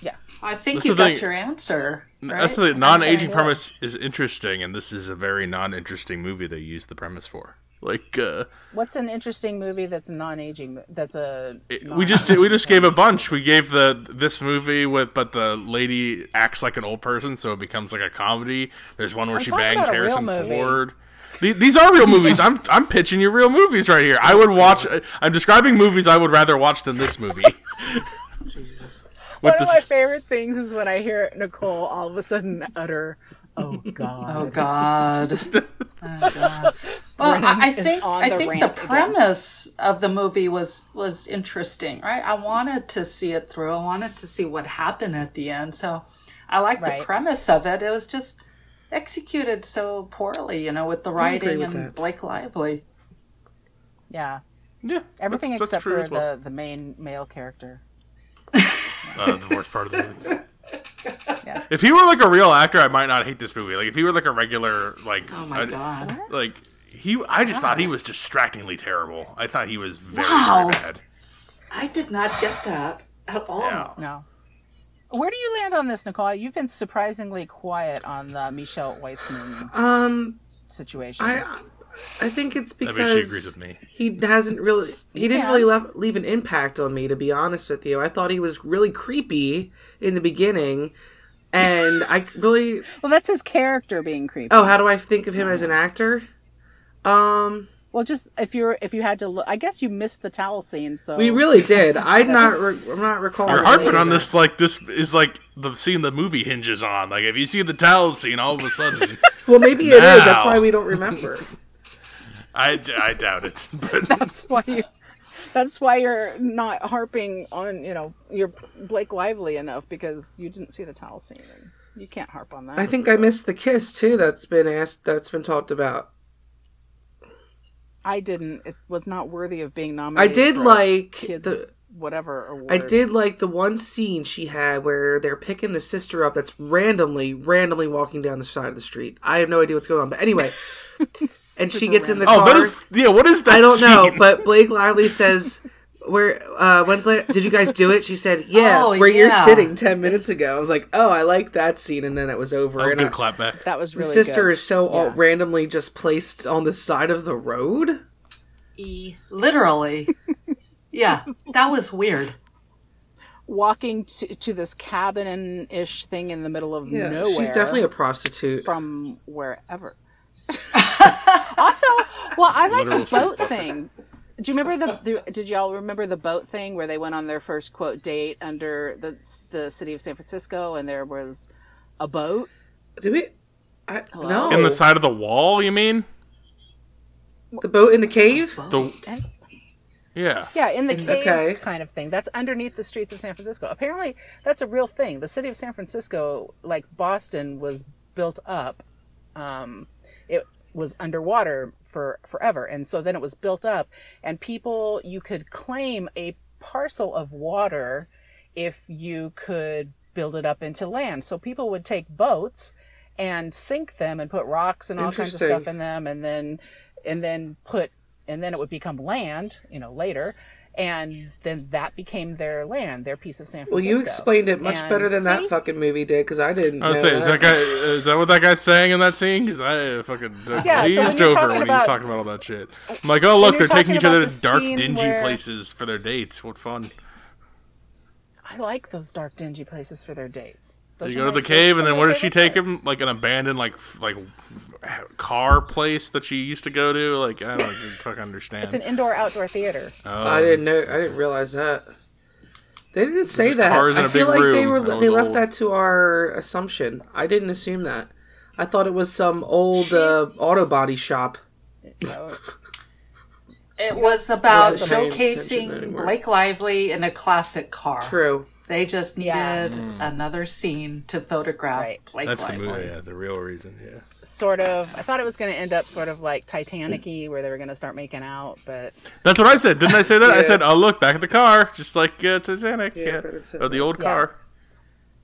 [SPEAKER 4] yeah,
[SPEAKER 3] I think
[SPEAKER 2] That's
[SPEAKER 3] you
[SPEAKER 2] the
[SPEAKER 3] got
[SPEAKER 2] thing.
[SPEAKER 3] your answer. Right?
[SPEAKER 2] That's the non-aging
[SPEAKER 3] sorry.
[SPEAKER 2] premise is interesting, and this is a very non-interesting movie they use the premise for. Like, uh,
[SPEAKER 4] what's an interesting movie that's non-aging? mo- That's a.
[SPEAKER 2] It- we just we just gave a bunch. We gave the this movie with, but the lady acts like an old person, so it becomes like a comedy. There's one where
[SPEAKER 4] I'm
[SPEAKER 2] she
[SPEAKER 4] talking
[SPEAKER 2] bangs
[SPEAKER 4] about a real
[SPEAKER 2] Harrison
[SPEAKER 4] movie.
[SPEAKER 2] Ford. The- These are real movies. I'm I'm pitching you real movies right here. I would watch. I'm describing movies I would rather watch than this movie. With
[SPEAKER 4] One of my
[SPEAKER 2] this,
[SPEAKER 4] favorite things is when I hear Nicole all of a sudden utter, "Oh God."
[SPEAKER 3] Oh God. Oh, God. Well, I, I think
[SPEAKER 4] on
[SPEAKER 3] I
[SPEAKER 4] the
[SPEAKER 3] think the
[SPEAKER 4] rant again.
[SPEAKER 3] premise of the movie was was interesting, right? I wanted to see it through. I wanted to see what happened at the end. So I like
[SPEAKER 4] Right.
[SPEAKER 3] the premise of it. It was just executed so poorly, you know, with the
[SPEAKER 1] agree
[SPEAKER 3] writing
[SPEAKER 1] with
[SPEAKER 3] and
[SPEAKER 1] that.
[SPEAKER 3] Blake Lively.
[SPEAKER 4] Yeah,
[SPEAKER 2] yeah,
[SPEAKER 4] everything
[SPEAKER 2] that's- that's
[SPEAKER 4] except
[SPEAKER 2] true
[SPEAKER 4] for
[SPEAKER 2] as well.
[SPEAKER 4] the the main male character.
[SPEAKER 2] uh, the worst part of the movie.
[SPEAKER 4] Yeah.
[SPEAKER 2] If he were like a real actor, I might not hate this movie. Like if he were like a regular like
[SPEAKER 3] Oh my
[SPEAKER 2] I-
[SPEAKER 3] God.
[SPEAKER 2] like he I just thought he was distractingly terrible. I thought he was very,
[SPEAKER 3] Wow.
[SPEAKER 2] very bad.
[SPEAKER 3] I did not get that at all.
[SPEAKER 2] Yeah.
[SPEAKER 4] No. Where do you land on this, Nicole? You've been surprisingly quiet on the Michelle Weissman
[SPEAKER 1] Um,
[SPEAKER 4] situation.
[SPEAKER 1] I I think it's
[SPEAKER 2] mean,
[SPEAKER 1] because
[SPEAKER 2] she agrees with me.
[SPEAKER 1] He hasn't really he didn't
[SPEAKER 4] Yeah.
[SPEAKER 1] really left, leave an impact on me to be honest with you. I thought he was really creepy in the beginning and I really
[SPEAKER 4] well, that's his character being creepy.
[SPEAKER 1] oh, how do I think of him as an actor? Um
[SPEAKER 4] Well, just if you're if you had to, look, I guess you missed the towel scene. So
[SPEAKER 1] we really did. I'm not re- I'm not recalling.
[SPEAKER 2] You're harping
[SPEAKER 1] any of
[SPEAKER 2] on
[SPEAKER 1] that.
[SPEAKER 2] this like this is like the scene the movie hinges on. Like if you see the towel scene, all of a sudden,
[SPEAKER 1] Well, maybe it is. That's
[SPEAKER 2] Now.
[SPEAKER 1] why we don't remember.
[SPEAKER 2] I, d- I doubt it. But
[SPEAKER 4] that's why you. That's why you're not harping on you know your Blake Lively enough because you didn't see the towel scene. You can't harp on that.
[SPEAKER 1] I think I missed the kiss too. That's been asked. That's been talked about.
[SPEAKER 4] I didn't. It was not worthy of being
[SPEAKER 1] I
[SPEAKER 4] nominated.
[SPEAKER 1] did
[SPEAKER 4] for
[SPEAKER 1] like
[SPEAKER 4] kids
[SPEAKER 1] the.
[SPEAKER 4] whatever award.
[SPEAKER 1] I did like the one scene she had where they're picking the sister up that's randomly, randomly walking down the side of the street. I have no idea what's going on, but anyway, and she gets in the
[SPEAKER 2] oh,
[SPEAKER 1] car.
[SPEAKER 2] what is yeah? What is that?
[SPEAKER 1] I don't know,
[SPEAKER 2] scene?
[SPEAKER 1] but Blake Lively says, "Where uh, when's la- did you guys do it?" She said, "Yeah,
[SPEAKER 3] Oh,
[SPEAKER 1] where you're
[SPEAKER 3] yeah.
[SPEAKER 1] sitting ten minutes ago." I was like, "Oh, I like that scene," and then it was over.
[SPEAKER 2] that was a
[SPEAKER 1] and I-
[SPEAKER 2] good clapback.
[SPEAKER 4] That was
[SPEAKER 1] the
[SPEAKER 4] really
[SPEAKER 1] sister
[SPEAKER 4] good.
[SPEAKER 1] is so all randomly just placed on the side of the road.
[SPEAKER 3] E literally. yeah, that was weird.
[SPEAKER 4] walking to, to this cabin ish thing in the middle of nowhere.
[SPEAKER 1] she's definitely a prostitute.
[SPEAKER 4] from wherever. also, well, I like the boat thing. Do you remember the, the? Did y'all remember the boat thing where they went on their first quote date under the the city of San Francisco, and there was a boat?
[SPEAKER 1] Did we? I, no,
[SPEAKER 2] In the side of the wall, you mean?
[SPEAKER 1] the boat in the cave.
[SPEAKER 2] The yeah.
[SPEAKER 4] Yeah, in the cave
[SPEAKER 1] okay.
[SPEAKER 4] kind of thing. That's underneath the streets of San Francisco. Apparently, that's a real thing. The city of San Francisco, like Boston, was built up. Um, it was underwater for forever. And so then it was built up, and people, you could claim a parcel of water if you could build it up into land. So people would take boats and sink them and put rocks and all kinds of
[SPEAKER 1] Interesting.
[SPEAKER 4] stuff in them, and then and then put and then it would become land, you know, later. And then that became their land, their piece of San
[SPEAKER 1] Well,
[SPEAKER 4] Francisco.
[SPEAKER 1] you explained it much
[SPEAKER 4] And-
[SPEAKER 1] better than that
[SPEAKER 4] See?
[SPEAKER 1] fucking movie did because I didn't.
[SPEAKER 2] I was
[SPEAKER 1] know
[SPEAKER 2] saying, is that
[SPEAKER 1] that.
[SPEAKER 2] guy? Is that what that guy's saying in that scene? Because I fucking
[SPEAKER 4] Yeah, so when
[SPEAKER 2] glazed
[SPEAKER 4] you're
[SPEAKER 2] over when
[SPEAKER 4] talking
[SPEAKER 2] he was
[SPEAKER 4] about- uh,
[SPEAKER 2] talking about all that shit. I'm like, oh look,
[SPEAKER 4] you're
[SPEAKER 2] they're taking
[SPEAKER 4] talking
[SPEAKER 2] each other
[SPEAKER 4] about
[SPEAKER 2] to
[SPEAKER 4] the
[SPEAKER 2] dark,
[SPEAKER 4] scene
[SPEAKER 2] dingy
[SPEAKER 4] where-
[SPEAKER 2] places for their dates. What fun!
[SPEAKER 4] I like those dark, dingy places for their dates. Those
[SPEAKER 2] You
[SPEAKER 4] are
[SPEAKER 2] go to
[SPEAKER 4] my-
[SPEAKER 2] the cave, and
[SPEAKER 4] those
[SPEAKER 2] then
[SPEAKER 4] are my
[SPEAKER 2] where does she take
[SPEAKER 4] favorite parts.
[SPEAKER 2] him? Like an abandoned, like f- like car place that she used to go to. Like I don't fucking understand.
[SPEAKER 4] It's an indoor-outdoor theater.
[SPEAKER 1] I didn't know. I didn't realize that. They didn't say that.
[SPEAKER 2] cars in
[SPEAKER 1] I
[SPEAKER 2] a
[SPEAKER 1] feel
[SPEAKER 2] big
[SPEAKER 1] like they
[SPEAKER 2] room.
[SPEAKER 1] were
[SPEAKER 2] That was
[SPEAKER 1] they left
[SPEAKER 2] old.
[SPEAKER 1] that to our assumption. I didn't assume that. I thought it was some old uh,
[SPEAKER 4] She's-
[SPEAKER 1] auto body shop.
[SPEAKER 4] So-
[SPEAKER 3] It was about
[SPEAKER 1] Wasn't paying attention
[SPEAKER 3] showcasing
[SPEAKER 1] anymore.
[SPEAKER 3] Blake Lively in a classic car.
[SPEAKER 1] True. Mm.
[SPEAKER 3] They just needed
[SPEAKER 4] Yeah.
[SPEAKER 3] another scene to photograph
[SPEAKER 4] Right.
[SPEAKER 3] Blake
[SPEAKER 2] That's the
[SPEAKER 3] Lively.
[SPEAKER 2] movie. Yeah, the real reason. Yeah.
[SPEAKER 4] sort of I thought it was going to end up sort of like Titanic-y where they were going to start making out, but
[SPEAKER 2] That's what I said. Didn't I say that? I
[SPEAKER 1] Yeah.
[SPEAKER 2] said, "Oh, look back at the car, just like uh, Titanic,
[SPEAKER 1] Yeah, I
[SPEAKER 2] yeah,
[SPEAKER 1] better said
[SPEAKER 2] or the old
[SPEAKER 4] Yeah.
[SPEAKER 2] car."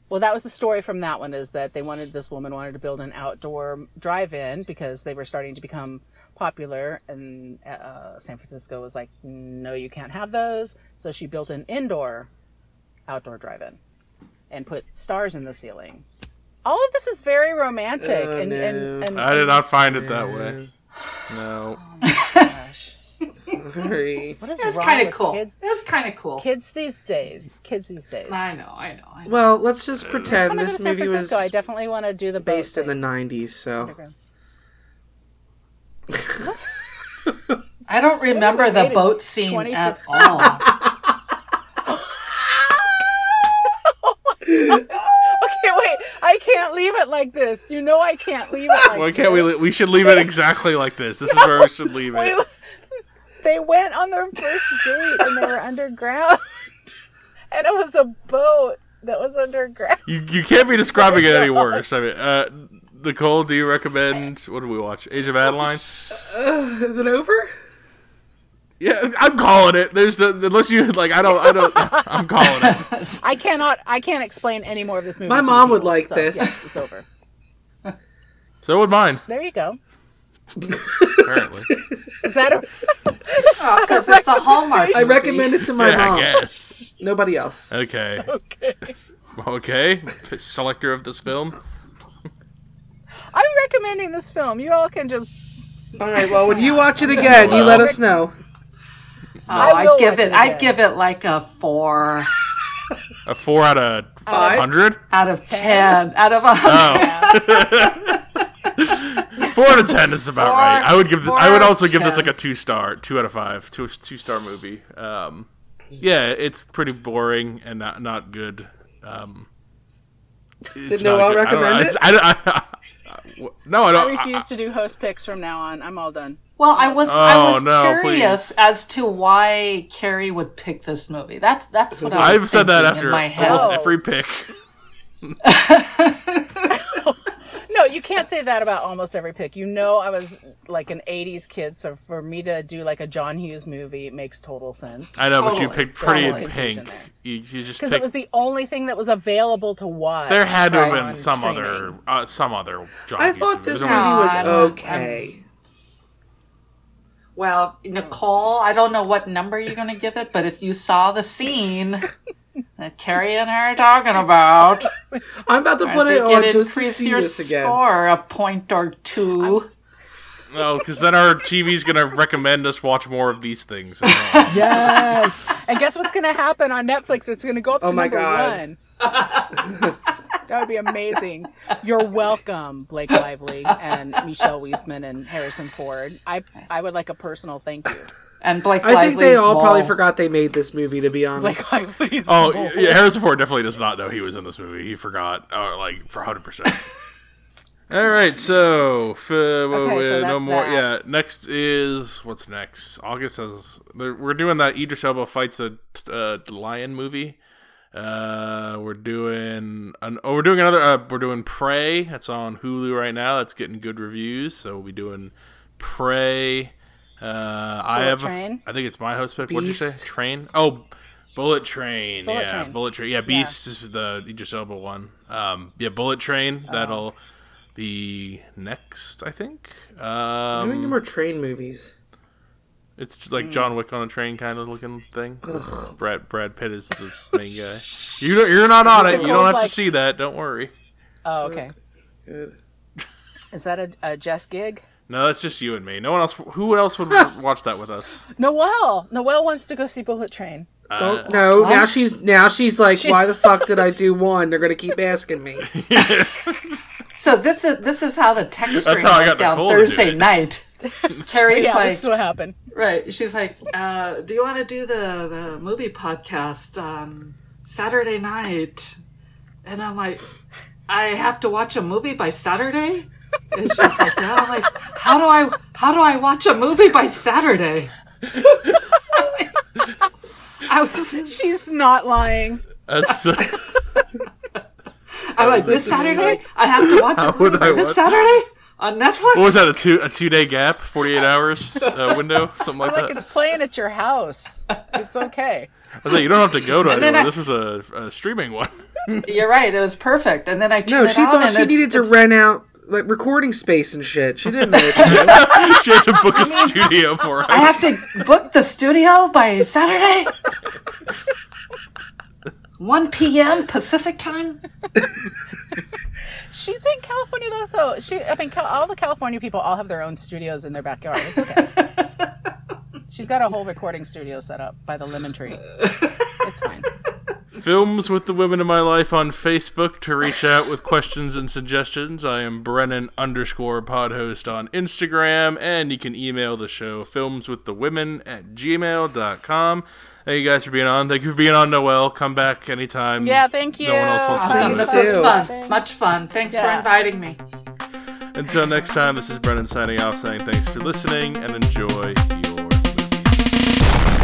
[SPEAKER 4] well that was the story from that one is that they wanted this woman wanted to build an outdoor drive-in because they were starting to become popular and uh, San Francisco was like no you can't have those, so she built an indoor outdoor drive-in and put stars in the ceiling. All of this is very romantic and, and, and
[SPEAKER 2] I did not find it that way. No,
[SPEAKER 1] Sorry.
[SPEAKER 4] what is
[SPEAKER 3] It was
[SPEAKER 4] wrong
[SPEAKER 3] kind of
[SPEAKER 4] with
[SPEAKER 3] cool.
[SPEAKER 4] kid-
[SPEAKER 3] It was kind of cool.
[SPEAKER 4] kids these days? Kids these days.
[SPEAKER 3] I know, I know, I know.
[SPEAKER 1] Well, let's just
[SPEAKER 4] When
[SPEAKER 1] pretend
[SPEAKER 4] I go to
[SPEAKER 1] this
[SPEAKER 4] San
[SPEAKER 1] movie was
[SPEAKER 4] Francisco, I definitely want to do the boat
[SPEAKER 1] based in the
[SPEAKER 4] thing.
[SPEAKER 1] '90s. So
[SPEAKER 3] I don't remember the
[SPEAKER 4] rated
[SPEAKER 3] boat scene
[SPEAKER 4] 20
[SPEAKER 3] at all.
[SPEAKER 4] Okay, wait. I can't leave it like this. You know I can't leave it like
[SPEAKER 2] why can't we? li- We should leave it exactly like this. This is where we should leave
[SPEAKER 4] this.
[SPEAKER 2] it.
[SPEAKER 4] They went on their first date and they were underground. and it was a boat that was underground.
[SPEAKER 2] You you can't be describing it any worse. I mean, uh, Nicole, do you recommend? What did we watch? Age of Adeline.
[SPEAKER 1] is it over?
[SPEAKER 2] Yeah, I'm calling it. There's the unless you like. I don't. I don't. I'm calling it.
[SPEAKER 4] I cannot I can't explain any more of this movie.
[SPEAKER 1] My
[SPEAKER 4] to you
[SPEAKER 1] mom would
[SPEAKER 4] people,
[SPEAKER 1] like
[SPEAKER 4] so,
[SPEAKER 1] this.
[SPEAKER 4] Yes, it's over.
[SPEAKER 2] So would mine.
[SPEAKER 4] There you go.
[SPEAKER 2] Apparently,
[SPEAKER 4] Is that a,
[SPEAKER 3] Because it's a Hallmark.
[SPEAKER 1] I
[SPEAKER 3] movie.
[SPEAKER 1] recommend it to my
[SPEAKER 2] yeah, I
[SPEAKER 1] mom.
[SPEAKER 2] guess.
[SPEAKER 1] Nobody else.
[SPEAKER 2] Okay.
[SPEAKER 4] okay.
[SPEAKER 2] Okay. Selector of this film.
[SPEAKER 4] I'm recommending this film. You all can just
[SPEAKER 1] All right. Well, when you watch it again, you let us know.
[SPEAKER 3] Oh,
[SPEAKER 4] I
[SPEAKER 3] I
[SPEAKER 4] will
[SPEAKER 3] give
[SPEAKER 4] watch
[SPEAKER 3] it.
[SPEAKER 4] it
[SPEAKER 3] I'd
[SPEAKER 4] again.
[SPEAKER 3] give it like a four
[SPEAKER 2] A four out of
[SPEAKER 1] Five.
[SPEAKER 2] hundred.
[SPEAKER 3] out of ten. Out of a hundred.
[SPEAKER 2] Four out of ten is about
[SPEAKER 3] Four-
[SPEAKER 2] right. I would give. This,
[SPEAKER 3] four
[SPEAKER 2] I would
[SPEAKER 3] out of
[SPEAKER 2] also give this
[SPEAKER 3] 10.
[SPEAKER 2] like a two star, two out of five, two two star movie. Um, yeah, it's pretty boring and not not good. Um, it's
[SPEAKER 1] Did Noel
[SPEAKER 2] a I don't know.
[SPEAKER 1] recommend
[SPEAKER 2] It's- I don't- I- I- no, I
[SPEAKER 4] I
[SPEAKER 2] don't. I-
[SPEAKER 4] refuse to do host picks from now on. I'm all done.
[SPEAKER 3] Well, I was I
[SPEAKER 2] Oh,
[SPEAKER 3] was
[SPEAKER 2] no,
[SPEAKER 3] curious as to why Carrie would pick this movie. That's that's what I was
[SPEAKER 2] I've said that
[SPEAKER 3] thinking in
[SPEAKER 2] after
[SPEAKER 3] my head.
[SPEAKER 2] almost
[SPEAKER 4] Oh.
[SPEAKER 2] every pick.
[SPEAKER 4] No, you can't say that about almost every pick. You know, I was like an '80s kid, so for me to do like a John Hughes movie makes total sense
[SPEAKER 2] I know, but you
[SPEAKER 3] Totally,
[SPEAKER 2] picked Pretty
[SPEAKER 4] totally.
[SPEAKER 2] in Pink.
[SPEAKER 4] Confusion
[SPEAKER 2] You, you just
[SPEAKER 4] because
[SPEAKER 2] picked-
[SPEAKER 4] it was the only thing that was available to watch.
[SPEAKER 2] there had to have
[SPEAKER 3] Right.
[SPEAKER 2] been some
[SPEAKER 4] streaming.
[SPEAKER 2] other uh, some other. John
[SPEAKER 1] I
[SPEAKER 2] Hughes
[SPEAKER 1] thought
[SPEAKER 2] movie.
[SPEAKER 1] this
[SPEAKER 2] There's
[SPEAKER 1] movie
[SPEAKER 2] only-
[SPEAKER 1] was
[SPEAKER 3] I'm-
[SPEAKER 1] okay.
[SPEAKER 3] Well, Nicole, I don't know what number you're going to give it, but if you saw the scene that Carrie and I are talking about,
[SPEAKER 1] I'm about to put
[SPEAKER 3] I
[SPEAKER 1] it
[SPEAKER 3] think
[SPEAKER 1] on
[SPEAKER 3] it
[SPEAKER 1] oh, just to
[SPEAKER 3] increase
[SPEAKER 1] see
[SPEAKER 3] your
[SPEAKER 1] this again.
[SPEAKER 3] score a point or 2
[SPEAKER 2] No, because then our TV's gonna recommend us watch more of these things.
[SPEAKER 4] yes, and guess what's going to happen on Netflix? It's going to go up to
[SPEAKER 1] Oh my
[SPEAKER 4] number
[SPEAKER 1] God.
[SPEAKER 4] one. that would be amazing. You're welcome, Blake Lively and Michelle Weisman and Harrison Ford. I I would like a personal thank you,
[SPEAKER 3] and Blake
[SPEAKER 1] I think they
[SPEAKER 3] Lively's
[SPEAKER 1] all probably
[SPEAKER 3] mole.
[SPEAKER 1] forgot they made this movie. To be honest,
[SPEAKER 4] Blake Lively.
[SPEAKER 2] Oh, yeah, Harrison Ford definitely does not know he was in this movie. He forgot, uh, like for hundred percent. All right, so, f- uh,
[SPEAKER 4] so
[SPEAKER 2] no
[SPEAKER 4] that's
[SPEAKER 2] more.
[SPEAKER 4] that.
[SPEAKER 2] Yeah, next is what's next? August has there- we're doing that Idris Elba fights a uh, lion movie. Uh, we're doing an, oh, we're doing another. Uh, we're doing Prey. That's on Hulu right now. That's getting good reviews. So we'll be doing Prey. Uh, I
[SPEAKER 4] Bullet
[SPEAKER 2] have.
[SPEAKER 4] Train.
[SPEAKER 2] A, I think it's my host pick. What'd you say?
[SPEAKER 1] Beast.
[SPEAKER 2] Train. Oh, Bullet Train.
[SPEAKER 4] Bullet
[SPEAKER 2] yeah,
[SPEAKER 4] Train.
[SPEAKER 2] Bullet Train. Yeah, Beast is the Idris Elba one. Um, yeah, Bullet
[SPEAKER 4] Oh.
[SPEAKER 2] Train. That'll be next, I think.
[SPEAKER 1] How many
[SPEAKER 2] Um,
[SPEAKER 1] more train movies?
[SPEAKER 2] it's just like John Wick on a train kind of looking thing. Brad Brad Pitt is the main guy. You don't, you're not on it. You don't
[SPEAKER 4] Nicole's
[SPEAKER 2] have to
[SPEAKER 4] like-
[SPEAKER 2] see that. Don't worry.
[SPEAKER 4] Oh, okay.
[SPEAKER 1] Good.
[SPEAKER 4] Is that a, a Jess gig?
[SPEAKER 2] No, that's just you and me. No one else. Who else would watch that with us?
[SPEAKER 4] Noelle. Noelle wants to go see Bullet Train.
[SPEAKER 1] Don't no. Now she's now she's like,
[SPEAKER 4] She's-
[SPEAKER 1] why the fuck did I do one? They're gonna keep asking me.
[SPEAKER 3] So this is this is how the text
[SPEAKER 2] That's
[SPEAKER 3] stream
[SPEAKER 2] how I got
[SPEAKER 3] went down
[SPEAKER 2] Nicole to do
[SPEAKER 3] Thursday
[SPEAKER 2] it.
[SPEAKER 3] night. Carrie's
[SPEAKER 4] Yeah,
[SPEAKER 3] like,
[SPEAKER 4] this is what happened.
[SPEAKER 3] right? She's like, uh, "Do you want to do the, the movie podcast on Saturday night?" And I'm like, "I have to watch a movie by Saturday." And she's like, "Yeah." I'm like, "How do I how do I watch a movie by Saturday?" I was
[SPEAKER 4] She's not lying.
[SPEAKER 2] That's. Uh,
[SPEAKER 3] I'm like, "This Saturday, I have to watch a
[SPEAKER 2] would
[SPEAKER 3] movie
[SPEAKER 2] I watch-
[SPEAKER 3] this Saturday on Netflix."
[SPEAKER 2] What was that? A two a two day gap, forty eight hours uh, window, something like
[SPEAKER 4] Like
[SPEAKER 2] that.
[SPEAKER 4] it's playing at your house. It's okay.
[SPEAKER 2] I was like, you don't have to go to
[SPEAKER 3] then
[SPEAKER 2] anywhere.
[SPEAKER 3] I-
[SPEAKER 2] this is a, a streaming one.
[SPEAKER 3] You're right. It was perfect. And then I turned
[SPEAKER 1] No,
[SPEAKER 3] it
[SPEAKER 1] she
[SPEAKER 3] on
[SPEAKER 1] thought
[SPEAKER 3] and
[SPEAKER 1] she
[SPEAKER 3] it's-
[SPEAKER 1] needed to
[SPEAKER 3] it's-
[SPEAKER 1] rent out like recording space and shit. She didn't know. What to do.
[SPEAKER 2] she had to book a studio for us.
[SPEAKER 3] I have to book the studio by Saturday. 1 p.m. Pacific time.
[SPEAKER 4] She's in California though, so she. I mean, Cal- all the California people all have their own studios in their backyard. It's okay. She's got a whole recording studio set up by the lemon tree. It's fine.
[SPEAKER 2] Films with the women in my life on Facebook to reach out with questions and suggestions. I am Brennan underscore podhost on Instagram, and you can email the show films with the women at gmail.com. Thank you guys for being on. Thank you for being on, Noel. Come back anytime.
[SPEAKER 4] Yeah, thank you.
[SPEAKER 2] No one else wants to
[SPEAKER 1] Awesome.
[SPEAKER 2] do this.
[SPEAKER 1] This was
[SPEAKER 4] fun.
[SPEAKER 3] Much fun. Thanks
[SPEAKER 4] for Yeah.
[SPEAKER 3] inviting me.
[SPEAKER 2] Until next time, this is Brennan signing off, saying thanks for listening and enjoy your movies.